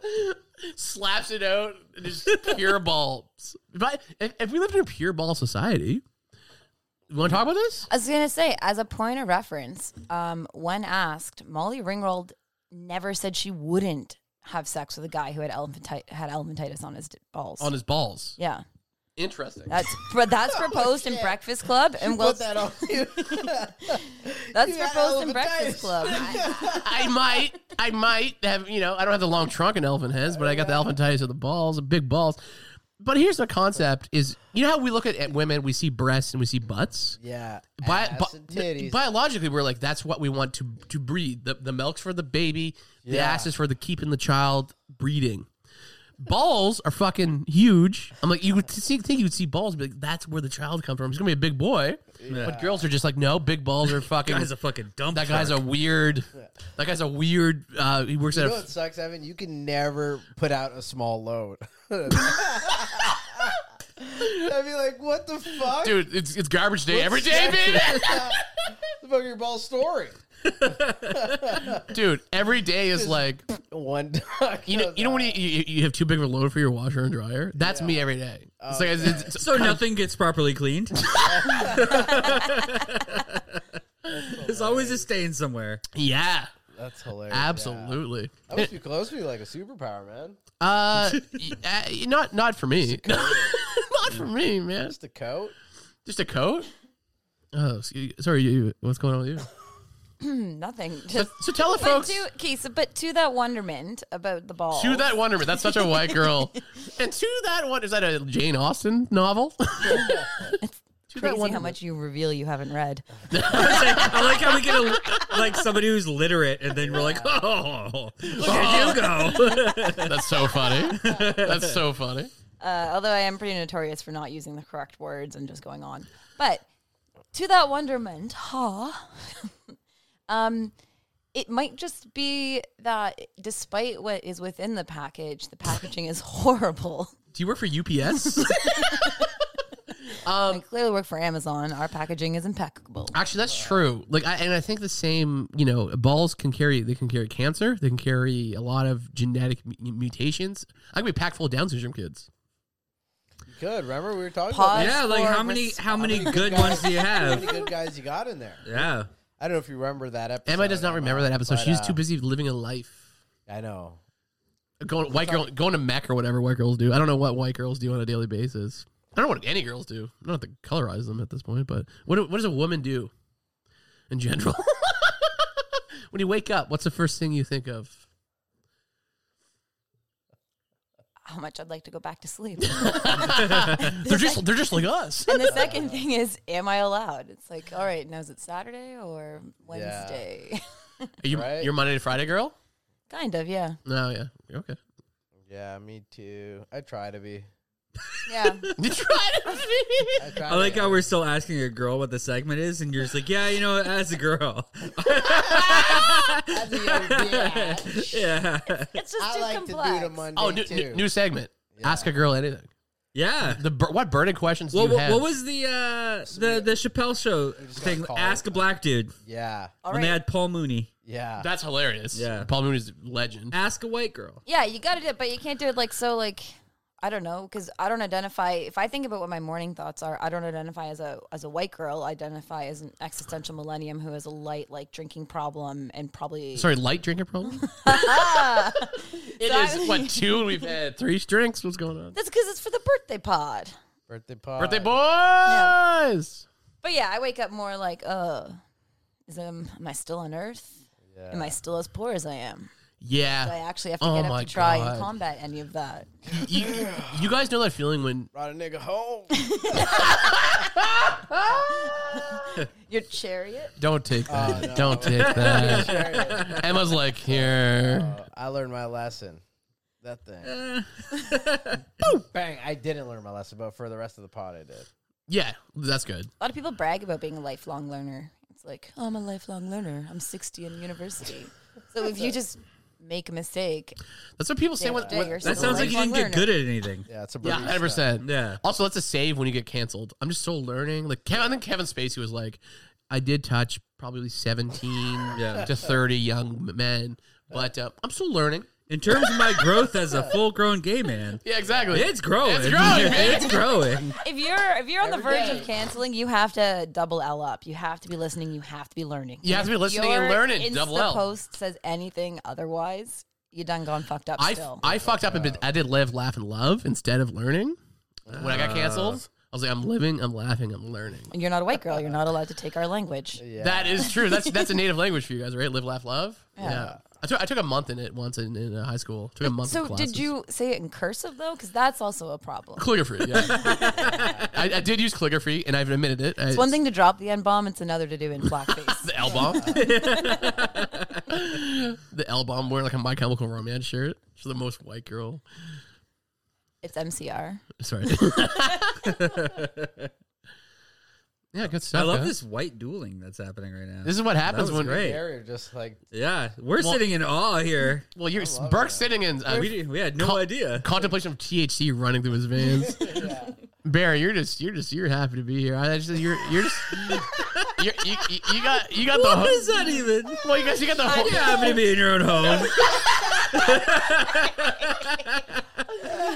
Slaps it out and just pure balls. If, I, if, if we lived in a pure ball society, you want to talk about this? I was gonna say, as a point of reference, um, when asked, Molly Ringwald never said she wouldn't have sex with a guy who had elephanti- had elephantitis on his d- balls. On his balls. yeah, Interesting. that's but that's proposed in Breakfast Club, and well, Oh, Put that on you. that's you had proposed elephantitis. in Breakfast Club. I might, I might have, you know, I don't have the long trunk in elephant heads, but I got the elephantitis of the balls, the big balls. But here's the concept: is you know how we look at, at women, we see breasts and we see butts. yeah, Bi- ass bi- and titties. biologically, we're like that's what we want to to breed. The the milk's for the baby, the Yeah. ass is for the keeping the child breeding. Balls are fucking huge. I'm like, you would see, think you would see balls, but like, that's where the child comes from. He's gonna be a big boy, but girls are just like, no, big balls are fucking. Guy's a fucking dump. That guy's a weird. That guy's a weird. Uh, he works You at. know A, what sucks, Evan? You can never put out a small load. I'd be like, what the fuck? dude, it's it's garbage day every day, baby. The fuck your ball story. dude, every day is like One duck. you know you know when you, you you have too big of a load for your washer and dryer. That's me every day. Oh, It's like it's- it's- So nothing gets properly cleaned. There's always a stain somewhere. yeah, That's hilarious. absolutely. That must be close to be like a superpower, man. Uh, y- uh, not not for me. not for me, man. Just a coat. Just a coat. Oh, excuse- sorry. You, what's going on with you? Nothing. Just So tell the but folks. to okay, so, but to that wonderment about the balls. To that wonderment, that's such a white girl. and to that one, is that a Jane Austen novel? It's crazy how much you reveal you haven't read. I like how we get a, like somebody who's literate, and then we're like, oh, look at you go. That's so funny. That's so funny. Uh, although I am pretty notorious for not using the correct words and just going on. But to that wonderment, huh? um, it might just be that despite what is within the package, the packaging is horrible. Do you work for UPS? Um, I clearly work for Amazon. Our packaging is impeccable. Actually, that's true. Like, I, and I think the same. You know, balls can carry. They can carry cancer. They can carry a lot of genetic mu- mutations. I could be packed full of Down syndrome kids. You could. Remember we were talking Pause. yeah, like Or how many res- how many about good ones do you how have? many good guys you got in there. Yeah. I don't know if you remember that episode. Emma does not or remember that episode. but, She's uh, too busy living a life. I know. Going white girl, going to mech or whatever white girls do. I don't know what white girls do on a daily basis. I don't know what any girls do. I don't have to colorize them at this point. But what do- what does a woman do in general? when you wake up, what's the first thing you think of? How much I'd like to go back to sleep. They're just they're just like us. and the second thing is, am I allowed? It's like, all right, now is it Saturday or Wednesday? Are you, Right? You're Monday to Friday girl? kind of, yeah. No, yeah. You're okay. Yeah, me too. I try to be. Yeah. You tried it. I, try I like to, how we're still asking a girl what the segment is, and you're just like, yeah, you know, as a girl. As a young bitch, yeah. it's just I too like complex. to do the Monday Oh, new, too. new, new segment. Ask a girl anything. Yeah. The bur- what burning questions Well, do you what, have? what was the uh, the the Chappelle show thing? call Ask it. a black dude yeah, All when right. they had Paul Mooney. yeah. That's hilarious. Yeah. Paul Mooney's a legend. Ask a white girl. Yeah, you got to do it, but you can't do it like so. Like, I don't know because I don't identify. If I think about what my morning thoughts are, I don't identify as a as a white girl. I identify as an existential millennium who has a light like drinking problem and probably Sorry, light drinker problem. it So I- is what two? and We've had three drinks. What's going on? That's because it's for the birthday pod. Birthday party. Birthday boys. But yeah, I wake up more like, uh, is um, am I still on Earth? Am I still as poor as I am? Yeah. Do I actually have to Oh get up my to try God. and combat any of that? you, you guys know that feeling when Brought a nigga home. Oh, Your chariot? don't take Oh, that, don't take that. Emma's like here. I learned my lesson. That thing. Bang. I didn't learn my lesson, but for the rest of the pod, I did. Yeah, that's good. A lot of people brag about being a lifelong learner. It's like, oh, I'm a lifelong learner. I'm 60 in university. so if you just make a mistake, That's what people say Yeah. when. Yeah, when- you're That so sounds like you didn't lifelong get good at anything. Yeah, it's a yeah, barista. hundred percent. Yeah. Also, that's a save when you get canceled. I'm just still learning. Like Kevin, I think Kevin Spacey was like, I did touch probably 17 Yeah. to 30 young men, but uh, I'm still learning. In terms of my growth as a full grown gay man, Yeah, exactly. it's growing. It's growing, man. It's growing. if you're if you're on the verge of canceling, you have to double L up. You have to be listening. You have to be learning. You have to be listening and your learning, double L. Insta post says anything otherwise, you done gone fucked up. I, still. I fucked up and been, I did live, laugh, and love instead of learning. When I got canceled, I was like, I'm living, I'm laughing, I'm learning. And you're not a white girl. You're not allowed to take our language. Yeah. That is true. That's that's a native language for you guys, right? Live, laugh, love. Yeah. I took I took a month in it once in, in uh, high school. Took a month. So of classes. did you say it in cursive though? Because that's also a problem. calligraphy? Yeah. I, I did use calligraphy, and I've admitted it. I, It's one thing to drop the n bomb. It's another to do in blackface. the L bomb. the L bomb wearing like a My Chemical Romance shirt. She's the most white girl. it's MCR. Sorry. yeah, good stuff. I love guys. this white dueling that's happening right now. This is what happens was when. great. Barrier just like yeah, we're sitting in awe here. Well, you're Burke's sitting in uh, We, did- we had no Col- idea. contemplation of THC running through his veins. Barry, you're just you're just you're happy to be here. I just you're you're just you're, you, you, you got you got the What ho- is that even? well you guys you got the You're whole happy to be in your own home.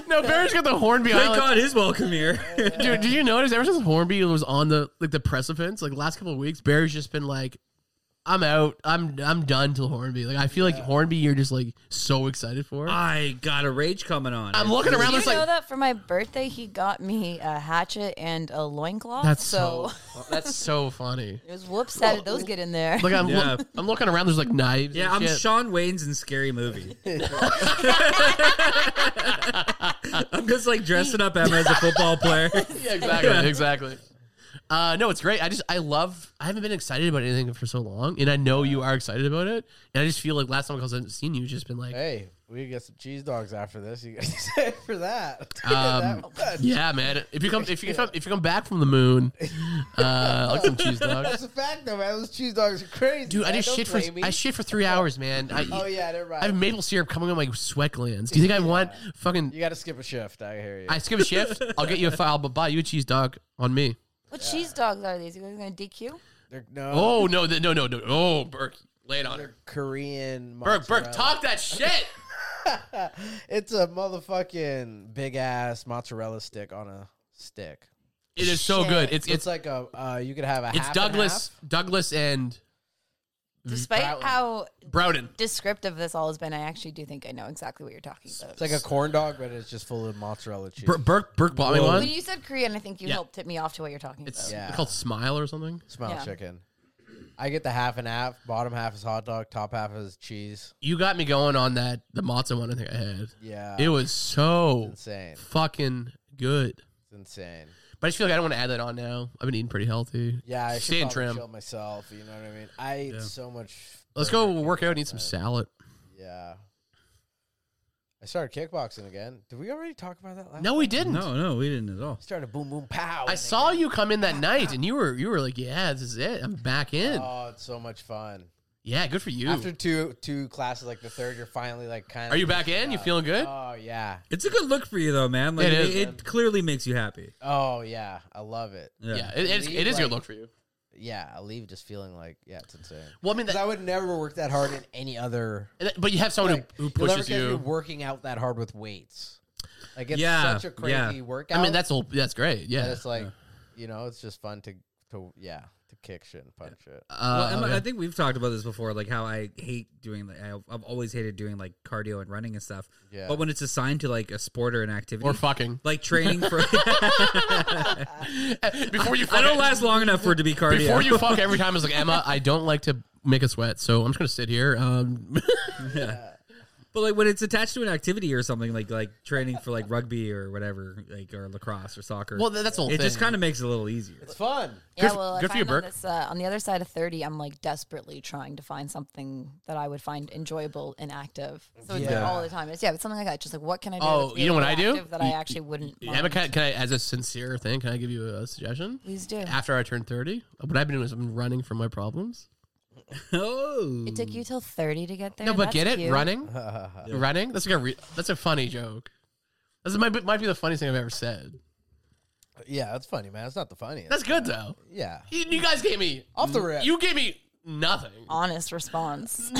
no Barry's got the Hornby Thank Island. God he's welcome here. Dude, did you notice ever since Hornby was on the like the precipice like the last couple of weeks Barry's just been like. I'm out. I'm I'm done till Hornby. Like I feel like Hornby, you're just like so excited for. I got a rage coming on. I'm looking Do around. you There's know like that for my birthday he got me a hatchet and a loincloth? that's so, so that's so funny. it was whoops. How did those get in there? Like I'm Yeah. I'm looking around. There's like knives. Yeah, and I'm shit. Sean Wayne's in Scary Movie. I'm just like dressing up Emma as a football player. Yeah, exactly, exactly. Uh, no, it's great. I just I love. I haven't been excited about anything for so long, and I know you are excited about it. And I just feel like last time I was I've seen you, it's just been like, Hey, we get some cheese dogs after this. You guys for that. Um, that much. yeah, man. If you come, if you come, if you come back from the moon, uh, I like some cheese That's dogs, a fact, though, man. Those cheese dogs are crazy. dude. I man. just Don't shit for blame me. I shit for three hours, man. I, oh yeah, never I have mind. maple syrup coming on my sweat glands. Do you think I want you fucking? got to skip a shift. I hear you. I skip a shift. I'll get you a file, but buy you a cheese dog on me. what cheese dogs are these? You guys gonna DQ? They're- no, Oh no, th- no, no, no. Oh, Burke, lay it on her. Korean. Burke, Burke, mozzarella. talk that shit. It's a motherfucking big ass mozzarella stick on a stick. It is so Shit. good. It's So it's it's like a uh, you could have a. it's half and Douglas Douglas and Despite Brown. how Browden. descriptive this all has been, I actually do think I know exactly what you're talking about. half. It's like a corn dog, but it's just full of mozzarella cheese. Bur- Burke Burke bought me Whoa. when one. you said Korean, I think you Yeah. helped tip me off to what you're talking It's about. Yeah. called Smile or something. Smile Yeah. chicken. I get the half and half. Bottom half is hot dog. Top half is cheese. You got me going on that the matzo one I think I had. Yeah, It was Oh, so insane. fucking good. It's insane. But I just feel like I don't want to add that on now. I've been eating pretty healthy. Yeah, I stay should in probably trim. chill myself. You know what I mean? I ate so much. Let's Burger go King work out and last eat some night. salad. Yeah. I started kickboxing again. Did we already talk about that last? No, time? we didn't. No, no, we didn't at all. Started boom boom pow. I and saw you come in that night and you were you were like, yeah, this is it. I'm back in. then- Oh, it's so much fun. yeah, good for you. After two two classes, like the third, you're finally like kind of. Are you back in? You feeling good? Oh yeah. It's a good look for you though, man. Like It it, is, it clearly makes you happy. Oh yeah. I love it. Yeah. yeah, it, it's, it is Like- good look for you. Yeah, I leave just feeling like yeah, it's insane. Well, I mean, Because I that, would never work that hard in any other. but you have someone like, who, who you'll never pushes catch me you. working out that hard with weights. Like it's Yeah, such a yeah. crazy workout. I mean, that's all. That's great. that Yeah. it's like you know, it's just fun to to yeah to kick shit and punch shit. Well, Uh, Emma, yeah. I think we've talked about this before, like how I hate doing. Like, I've, I've always hated doing like cardio and running and stuff. Yeah. But when it's assigned to like a sport or an activity, or fucking like training for, before you. Fuck I don't last long enough for it to be cardio. Before you fuck every time, I was like Emma. I don't like to make a sweat, so I'm just gonna sit here. Um, but like when it's attached to an activity or something, like like training for like rugby or whatever, like or lacrosse or soccer. well, that's the whole it thing. just kind of makes it a little easier. It's fun. Yeah, Good- well, good if for you, I'm on, Burke. this, uh, on the other side of 30, I'm like desperately trying to find something that I would find enjoyable and active. So it's like Yeah. all the time. It's, yeah, it's something like that. Just like, what can I do? Oh, that's you know what I really do? active That I You- actually wouldn't. Emma, mind? can, I- can I, as a sincere thing, can I give you a suggestion? Please do. After I turned 30, what I've been doing is I've been running from my problems. Oh, It took you till 30 to get there. Mm. No, but That's get it? cute. Running? Running? That's like a re- that's a funny joke. That's might be, might be the funniest thing I've ever said. Yeah, that's funny, man. It's not the funniest. That's good though. yeah, You, you guys gave me off the rip. you gave me nothing. Honest response.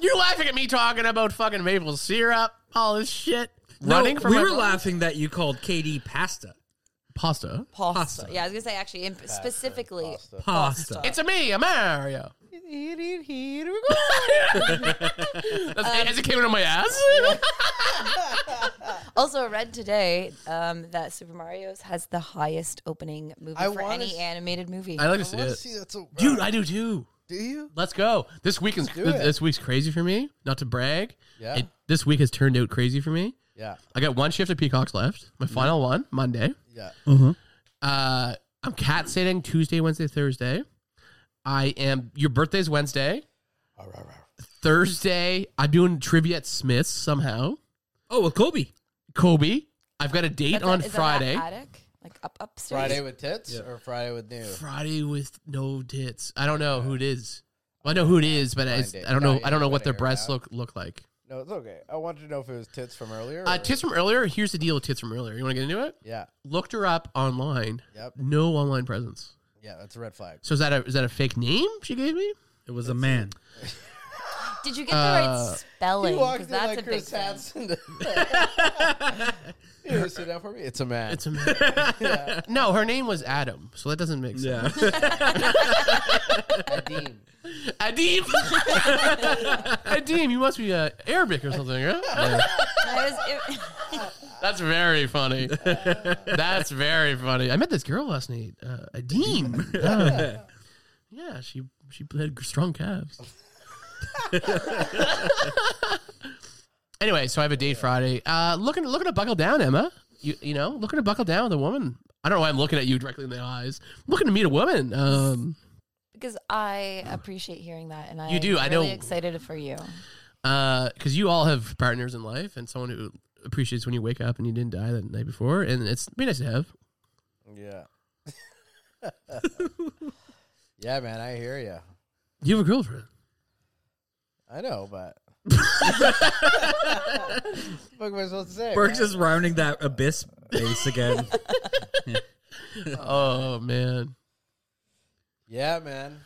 You're laughing at me talking about fucking maple syrup, all this shit. running No, from we my were problems? laughing that you called KD pasta. pasta. Pasta. Yeah, I was going to say actually, in, specifically. Pasta. It's a me, a Mario. here we go. That's, as it came out of my ass. Also, read today um, that Super Mario's has the highest opening movie I for wanna any s- animated movie. I like to I see wanna it, see that so dude. I do too. do you? Let's go. This week is do th- it. this week's crazy for me. Not to brag, Yeah. It- this week has turned out crazy for me. Yeah, I got one shift at Peacocks left. Mm-hmm. My final one Monday. yeah. Oh. Uh, I'm cat sitting Tuesday, Wednesday, Thursday. I am. Your birthday's Wednesday. Thursday, I'm doing trivia at Smith's somehow. oh, with Kobe. Kobe, I've got a date That's on it- is Friday. That that attic? Like up upstairs? Friday with tits or Friday with new? Friday with no tits. I don't know who it is. Well, I know who it is, but it's, Blind date. I don't No, know. you I don't know don't what wanna their hear breasts that. look look like. No, it's okay. I wanted to know if it was tits from earlier. Uh, or- tits from earlier. Here's the deal with tits from earlier. You want to get into it? Yeah, Looked her up online. Yep. No online presence. yeah. That's a red flag. So is that a is that a fake name she gave me? It was a man. Did you get the Uh, right spelling? You walked Because in that's like a big Chris thing. Hansen. you ever see that for me? It's a man. It's a man. No, her name was Adam, so that doesn't make sense. Yeah. Adeem. Adim. Adim, you must be uh, Arabic or something, huh? I was- it- That's very funny. That's very funny. I met this girl last night, uh, Adeem. Yeah. yeah, she she had strong calves. anyway, so I have a date Friday. Uh, looking looking to buckle down, Emma. You you know looking to buckle down with a woman. I don't know why I'm looking at you directly in the eyes. looking to meet a woman. Um, because I appreciate hearing that, and I You do, I Really know. excited for you. because uh, you all have partners in life and someone who appreciates when you wake up and you didn't die the night before, and it's be nice to have. Yeah. yeah, man. I hear you. You have a girlfriend. I know, but. what am I supposed to say? Burke's man? just rounding that abyss base again. Oh man. yeah, man.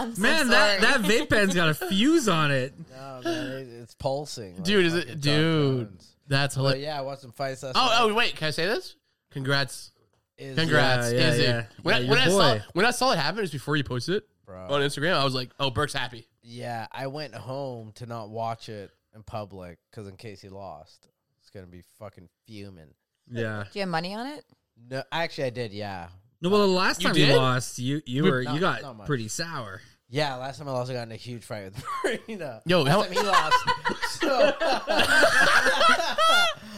I'm so Man, that, sorry. that vape pen's got a fuse on it. No, man. It, it's pulsing. like Dude, is fucking it? Tom Dude, Jones. that's But hilarious. yeah, I watched some fights last night. Oh, oh, wait. Can I say this? Congrats, Is- congrats, Yeah, yeah, Izzy. yeah. When, Yeah, I, when your I saw boy. when I saw it happen, it was before you posted it Bro. on Instagram. I was like, oh, Burke's happy. Yeah, I went home to not watch it in public because in case he lost, it's gonna be fucking fuming. Yeah. Do you have money on it? No, actually, I did. Yeah, No, well, the last You time did? you lost, you you We- were Not- you got not much. pretty sour. yeah. Last time I lost, I got in a huge fight with Marina. Yo, how- last time he lost. So,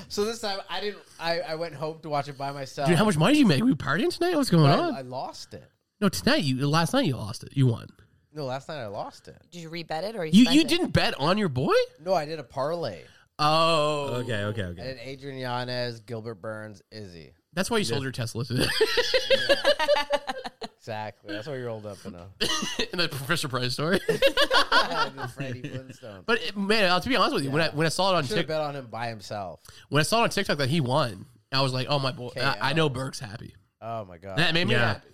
so this time I didn't. I, I went home to watch it by myself. Dude, how much money did you make? Were you partying tonight? What's going I, on? I lost it. no, tonight you last night you lost it. You won. No, last night I lost it. Did you rebet it or you? You spent you it? didn't bet on your boy. No, I did a parlay. Oh, Okay, okay, I okay. did Adrian Yanez, Gilbert Burns, Izzy. That's why you sold your Tesla today Exactly. That's what you rolled up in a in the Fisher Price story. Freddie Flintstone. But it- man, I'll, to be honest with you, when I when I saw it on Should have TikTok, bet on him by himself. when I saw it on TikTok that he won, I was like, oh my boy, I, I KO. know Burke's happy. Oh my god. That made me Yeah. happy.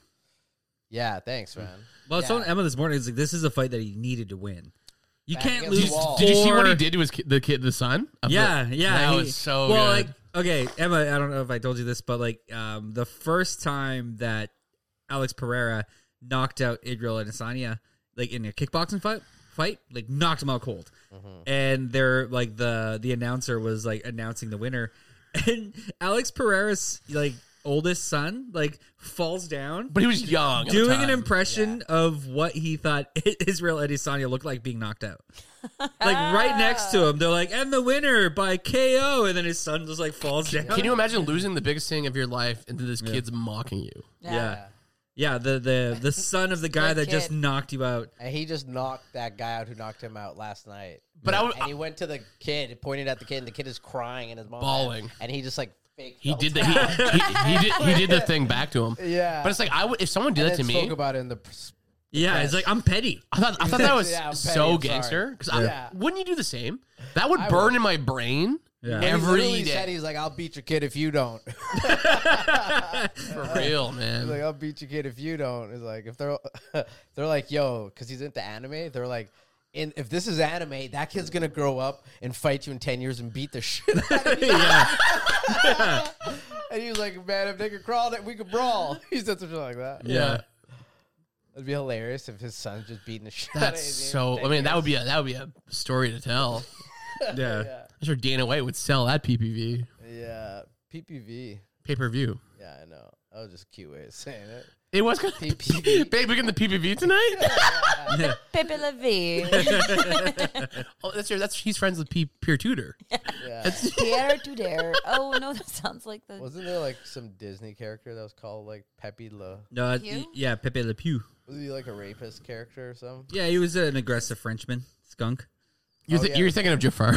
Yeah, thanks, man. Well, I was Yeah. telling Emma this morning, it's like this is a fight that he needed to win. You Back can't against lose. the wall. Four. Did you see what he did to his kid, the kid, the son? Of Yeah, the- yeah. That he- was so well, good. Like, okay, Emma. I don't know if I told you this, but like um, the first time that Alex Pereira knocked out Idril and Asanya, like in a kickboxing fight, fight, like knocked him out cold, Mm-hmm. and they're like the the announcer was like announcing the winner, and Alex Pereira's like oldest son like falls down. but he was young. at the Doing an time. impression of what he thought Israel Adesanya looked like being knocked out like right next to him. They're like, and the winner by KO, and then his son just like falls down. Can you imagine losing the biggest thing of your life and then this kid's mocking you? Yeah. yeah, the the the son of the guy that just kid. knocked you out. And he just knocked that guy out who knocked him out last night. But I would, And he went to the kid, pointed at the kid, and the kid is crying and his mom Bawling. And he just like fake. he fell did the down. he, he, he did he did the thing back to him. Yeah. But it's like I would if someone did And that to then me. spoke about it in the. pres- Yeah, it's like I'm petty. I thought I thought that was Yeah, I'm petty, so I'm sorry. gangster because Yeah. wouldn't you do the same? That would I burn would. in my brain Yeah. He every literally said day. he's like, "I'll beat your kid if you don't." For real, man. He's like, I'll beat your kid if you don't. It's like if they're they're like, yo, because he's into anime. They're like, in if this is anime, that kid's gonna grow up and fight you in ten years and beat the shit out of you. and he was like, man, if they could crawl, that we could brawl. He said something like that. yeah. It'd be hilarious if his son's just beating the shit. out of That's his so. I mean, that would be a that would be a story to tell. Yeah, I'm sure Dana White would sell that PPV yeah, PPV. pay per view. Yeah, I know. That was just a cute way of saying it. It was gonna PPV. Babe, we getting the PPV tonight. Pepe Le Pew. oh, that's your, that's he's friends with P- Peer Tutor. Yeah. Dare to dare. Oh no, that sounds like the Wasn't there like some Disney character that was called like Pepe Le? no, it- Pew? yeah, Pepe Le Pew. Was he like a rapist character or something? Yeah, he was an aggressive Frenchman skunk. You're, thi- yeah. you're thinking of Jafar.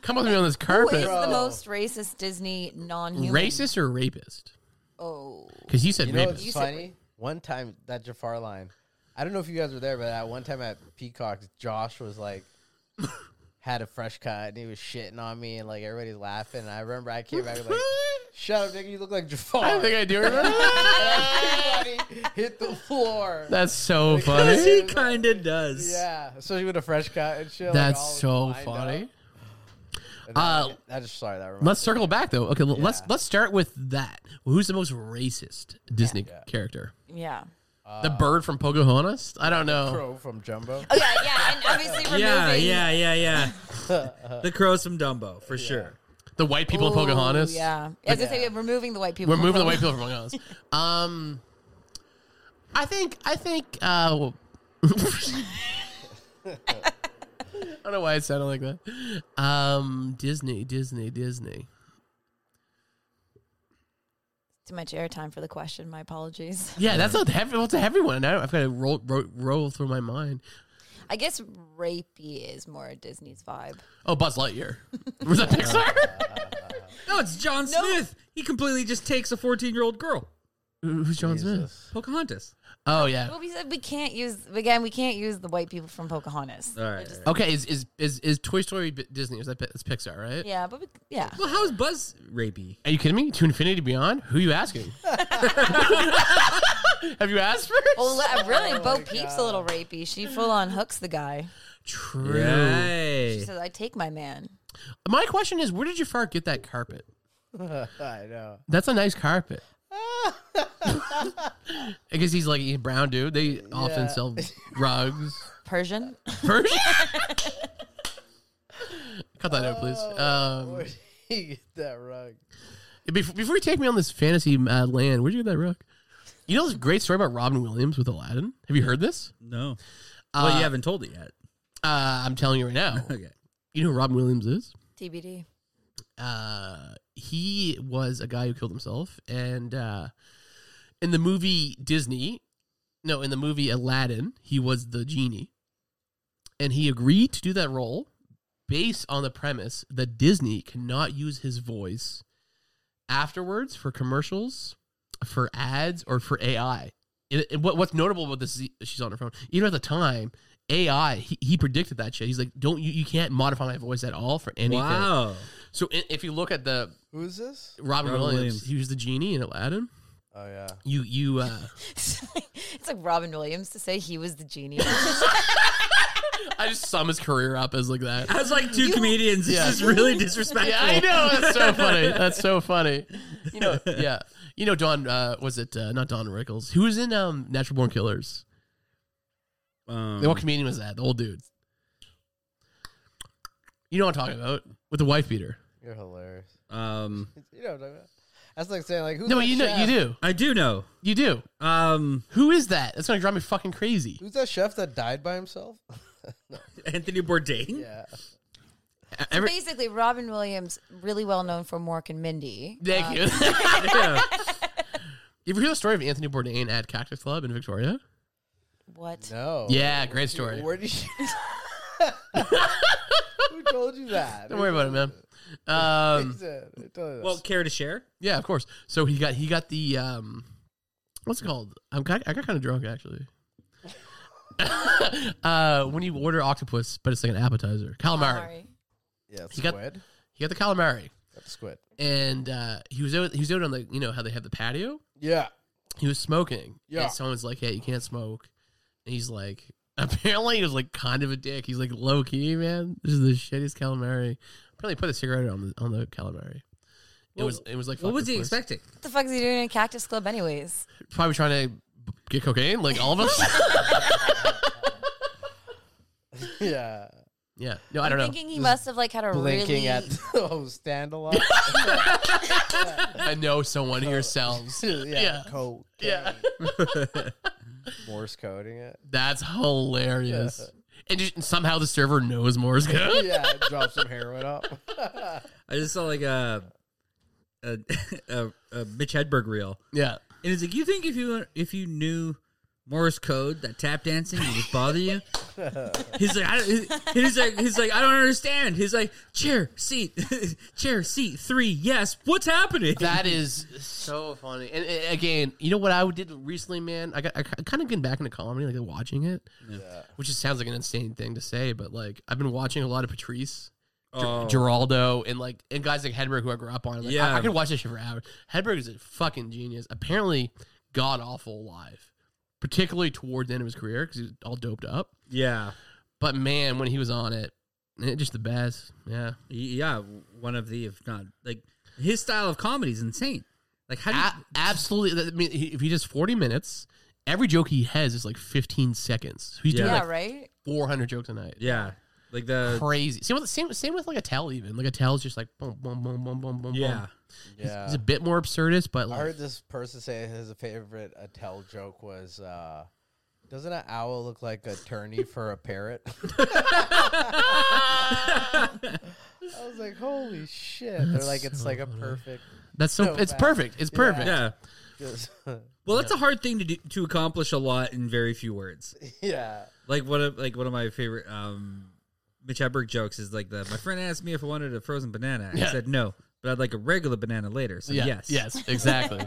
Come with me on this Who is carpet. the Bro. most racist Disney non-human? Racist or rapist? Oh, Because you said You know rapist. You what's said funny? One time that Jafar line, I don't know if you guys were there, but at one time at Peacock, Josh was like had a fresh cut and he was shitting on me and like everybody's laughing. And I remember I came back and like, "Shut up, nigga! You look like Jafar." I think I do remember. that. Everybody hit the floor. That's so Yes, funny. he kind of does. yeah, especially with a fresh cut and shit. like, That's all so lined up. funny. And Uh, that- I just sorry that. Reminds Let's circle back though. Okay, l- let's let's start with that. Who's the most racist Disney character? yeah. the bird from Pocahontas? I don't know. Crow from Jumbo. Oh yeah, yeah, and obviously removing. Yeah, yeah, yeah, yeah. the crows from Dumbo for sure. The white people Ooh, of Pocahontas. Oh, Yeah, as I say, removing the white people. We're from moving the white Pocahontas. people from Pocahontas. Um, I think I think. Uh, well- I don't know why it sounded like that. Um, Disney, Disney, Disney. Too much airtime for the question. My apologies. Yeah, that's not heavy. What's a heavy one? Now I've got to roll, roll roll through my mind. I guess rapey is more Disney's vibe. Oh, Buzz Lightyear. Was that Pixar? No, it's John Smith. He completely just takes a 14 year old girl, Who- Who's John Smith? Jesus. Pocahontas. Oh yeah. Well, we said we can't use again. We can't use the white people from Pocahontas. All right. Okay, is is is, is Toy Story B- Disney? Is that Pi- that's Pixar, right? Yeah, but we, yeah. Well, how's Buzz rapey? Are you kidding me? To Infinity Beyond? Who you asking? Have you asked first? Well, Oh, le- really, Bo Peep's a little rapey. She full on hooks the guy. True. She says, "I take my man." My question is, where did Jafar get that carpet? I know. That's a nice carpet. I guess he's like a brown dude. They often sell rugs. Persian. Persian. Cut that out, please. Um, Where did he get that rug? bef- before you take me on this fantasy uh, land, where'd you get that rug? You know this great story about Robin Williams with Aladdin. Have you heard this? No. well, you haven't told it yet. Uh, I'm telling you right now. Okay. You know who Robin Williams is? TBD. uh, he was a guy who killed himself, and uh, in the movie Disney, no, in the movie Aladdin, he was the genie, and he agreed to do that role based on the premise that Disney cannot use his voice afterwards for commercials, for ads, or for AI. And- and what, what's notable about this? Is he- she's on her phone. Even at the time, AI, he, he predicted that shit. He's like, "Don't you? You can't modify my voice at all for anything." Wow. So i- if you look at the Who's this? Robin Robin Williams, Williams. he was the genie in Aladdin. Oh yeah. You you uh it's like Robin Williams to say he was the genius. I just sum his career up as like that. As like two comedians, Yeah. this is really disrespectful. Yeah, I know. That's so funny. That's so funny. You know, yeah. You know, Don uh, was it uh, not Don Rickles? Who was in um, Natural Born Killers? Um, what comedian was that? The old dude. You know what I'm talking about with the wife beater. You're hilarious. um, You know what I'm talking about. That's like saying like who's No, that you know chef? you do. I do know. You do. Um, Who is that? That's gonna drive me fucking crazy. Who's that chef that died by himself? Anthony Bourdain. yeah. Every- Basically, Robin Williams, really well known for Mork and Mindy. Thank you. you ever hear the story of Anthony Bourdain at Cactus Club in Victoria? What? No. Yeah, great story. Where did you? Who told you that? Don't worry about it, man. Um, Well, care to share? Yeah, of course. So he got he got the um, what's it called? I'm ki- I got kind of drunk actually. uh, when you order octopus, but it's like an appetizer, calamari. Sorry. yeah, he got- squid. He got the calamari, Got the squid. and uh, he was out. He was out on the you know how they have the patio. Yeah. He was smoking. Yeah. And someone's like, "Hey, you can't smoke." And he's like, apparently he was like kind of a dick. He's like low key, man. This is the shittiest calamari. Apparently, he put a cigarette on the on the calamari. It What- was it was like What was fucking he puss. expecting? What the fuck is he doing in a Cactus Club, anyways? Probably trying to b- get cocaine, like all of us. Yeah. Yeah. No, I don't I'm know. thinking he must have like had a Blinking really at oh, the host stand a lot. I know someone here sells. yeah. Yeah. Coat. Yeah. Morse coding it. That's hilarious. And just, somehow the server knows Morse code. Yeah. Drop some heroin up. I just saw like a a, a, a Mitch Hedberg reel, Yeah. and it's like you think if you if you knew Morse code that tap dancing would just bother you. He's like, I, don't- he's like, he's like, I don't understand. He's like, chair seat, chair seat three. Yes, what's happening? That is so funny. And, uh, again, you know what I did recently, man? I got I kind of getting back into comedy, like watching it, Yeah. which just sounds like an insane thing to say, but like I've been watching a lot of Patrice. Ger- Oh. Geraldo and like and guys like Hedberg who I grew up on. Like, Yeah. I, I could watch this shit for hours. Hedberg is a fucking genius. Apparently, god awful live, particularly toward the end of his career because he was all doped up. yeah, But man, when he was on it, eh, just the best. Yeah, yeah. One of the, if not like, his style of comedy is insane. Like, how do you, A- absolutely. I mean, he- if he does forty minutes, every joke he has is like fifteen seconds. So he's doing Yeah. yeah, like right? four hundred jokes a night. yeah, like the, Crazy. Same with same same with like a tell even like a tell's just like boom boom boom boom boom boom. yeah. boom. Yeah. He's a bit more absurdist, but I like, heard this person say his favorite Attell joke was, uh, "Doesn't an owl look like a tourney for a parrot?" I was like, "Holy shit!" They're That's like, "It's so like a funny. perfect." That's so, So it's bad. perfect. It's Yeah. perfect. Yeah. Just, Well, that's a hard thing to do, to accomplish a lot in very few words. yeah, Like one of like one of my favorite um Mitch Hedberg jokes is like the my friend asked me if I wanted a frozen banana. I Yeah. said no, but I'd like a regular banana later. So Yeah, yes. Yes, exactly.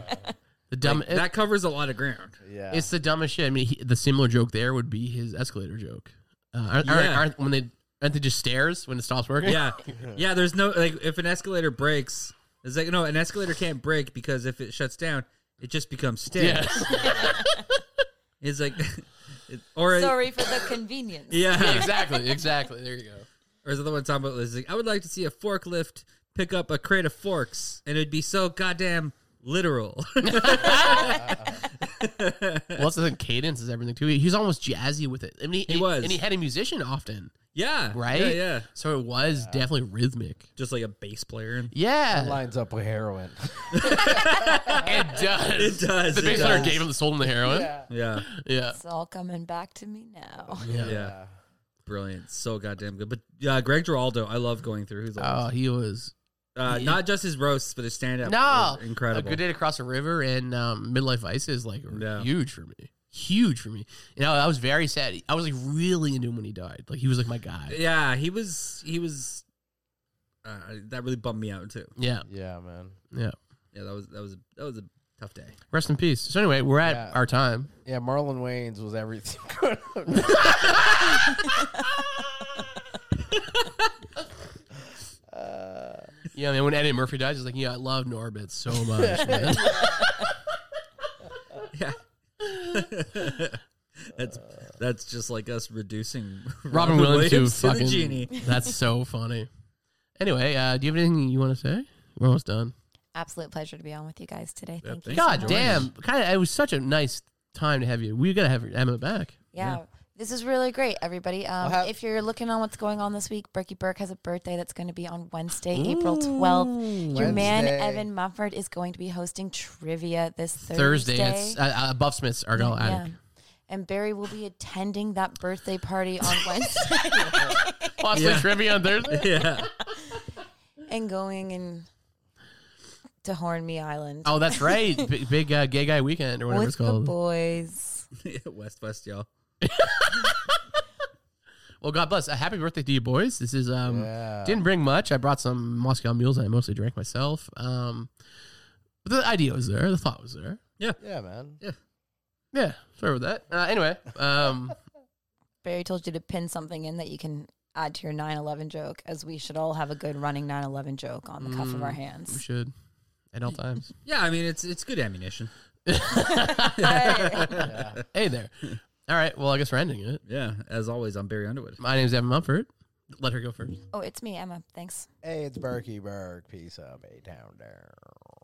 the dumb it- That covers a lot of ground. yeah. it's the dumbest shit. I mean, he, the similar joke there would be his escalator joke. Uh, aren't, aren't- Yeah. aren't- when they aren't they just stairs when it stops working? Yeah. Yeah, there's no like if an escalator breaks, it's like no, an escalator can't break because if it shuts down, it just becomes stairs. Yeah. It's like it- or Sorry for the convenience. Yeah, yeah. exactly. Exactly. There you go. Or is the other one talking about is like, I would like to see a forklift pick up a crate of forks, and it'd be so goddamn literal. Well, that's the thing. Cadence is everything too. He was almost jazzy with it. I mean, he, He was. and he had a musician often, yeah, right? Yeah, yeah. So it was definitely rhythmic. Just like a bass player. And- Yeah, lines up with heroin. it does. It does, The it bass player does. gave him the soul in the heroin. Yeah. yeah, yeah. It's all coming back to me now. yeah, brilliant, so goddamn good. But uh, Greg Giraldo, I love going through his. Oh, Uh, he was uh, not just his roasts, but his stand up. Oh, No, incredible. A good day to cross a river and um, midlife vice is like Yeah. huge for me. Huge for me. You know, I was very sad. I was like really into him when he died. Like he was like my guy. yeah, he was. He was. Uh, that really bummed me out too. Yeah, yeah, man. yeah. Yeah, that was that was that was a tough day. Rest in peace. So anyway, we're at Yeah. our time. Yeah, Marlon Wayans was everything. Yeah, man. When Eddie Murphy dies, he's like, yeah, I love Norbit so much. man. yeah. that's that's just like us reducing Robin Williams, to to fucking the genie. That's so funny. Anyway, uh, do you have anything you want to say? We're almost done. Absolute pleasure to be on with you guys today. Yeah, Thank you. thanks. for God joining damn! Kind of, it was such a nice time to have you. We gotta have Emma back. Yeah. This is really great, everybody. Um, have- if you're looking on what's going on this week, Berkey Burke has a birthday that's going to be on Wednesday, April 12th. Your man, Wednesday. Evan Mumford, is going to be hosting trivia this Thursday. Thursday, it's uh, uh, Buff Smith's Argyle Attic. And Barry will be attending that birthday party on Wednesday Possibly Yeah. trivia on Thursday. Yeah. and going in to Hornby Island Oh, that's right. big big uh, gay guy weekend or whatever with it's the called. boys. West West, y'all. Well, God bless. A happy birthday to you, boys. This is um Yeah. didn't bring much. I brought some Moscow mules and I mostly drank myself. Um, but the idea was there. The thought was there. Yeah, man. Yeah, sorry about that. Uh, anyway, um, Barry told you to pin something in that you can add to your 9-11 joke as we should all have a good running 9-11 joke on the cuff of our we hands. should at all times. Yeah, I mean it's it's good ammunition. hey there. All right. Well, I guess we're ending it. Yeah, as always, I'm Barry Underwood. My name's Evan Mumford. Let her go first. Oh, it's me, Emma. Thanks. Hey, it's Berkey Burke. Peace up, A Town Down.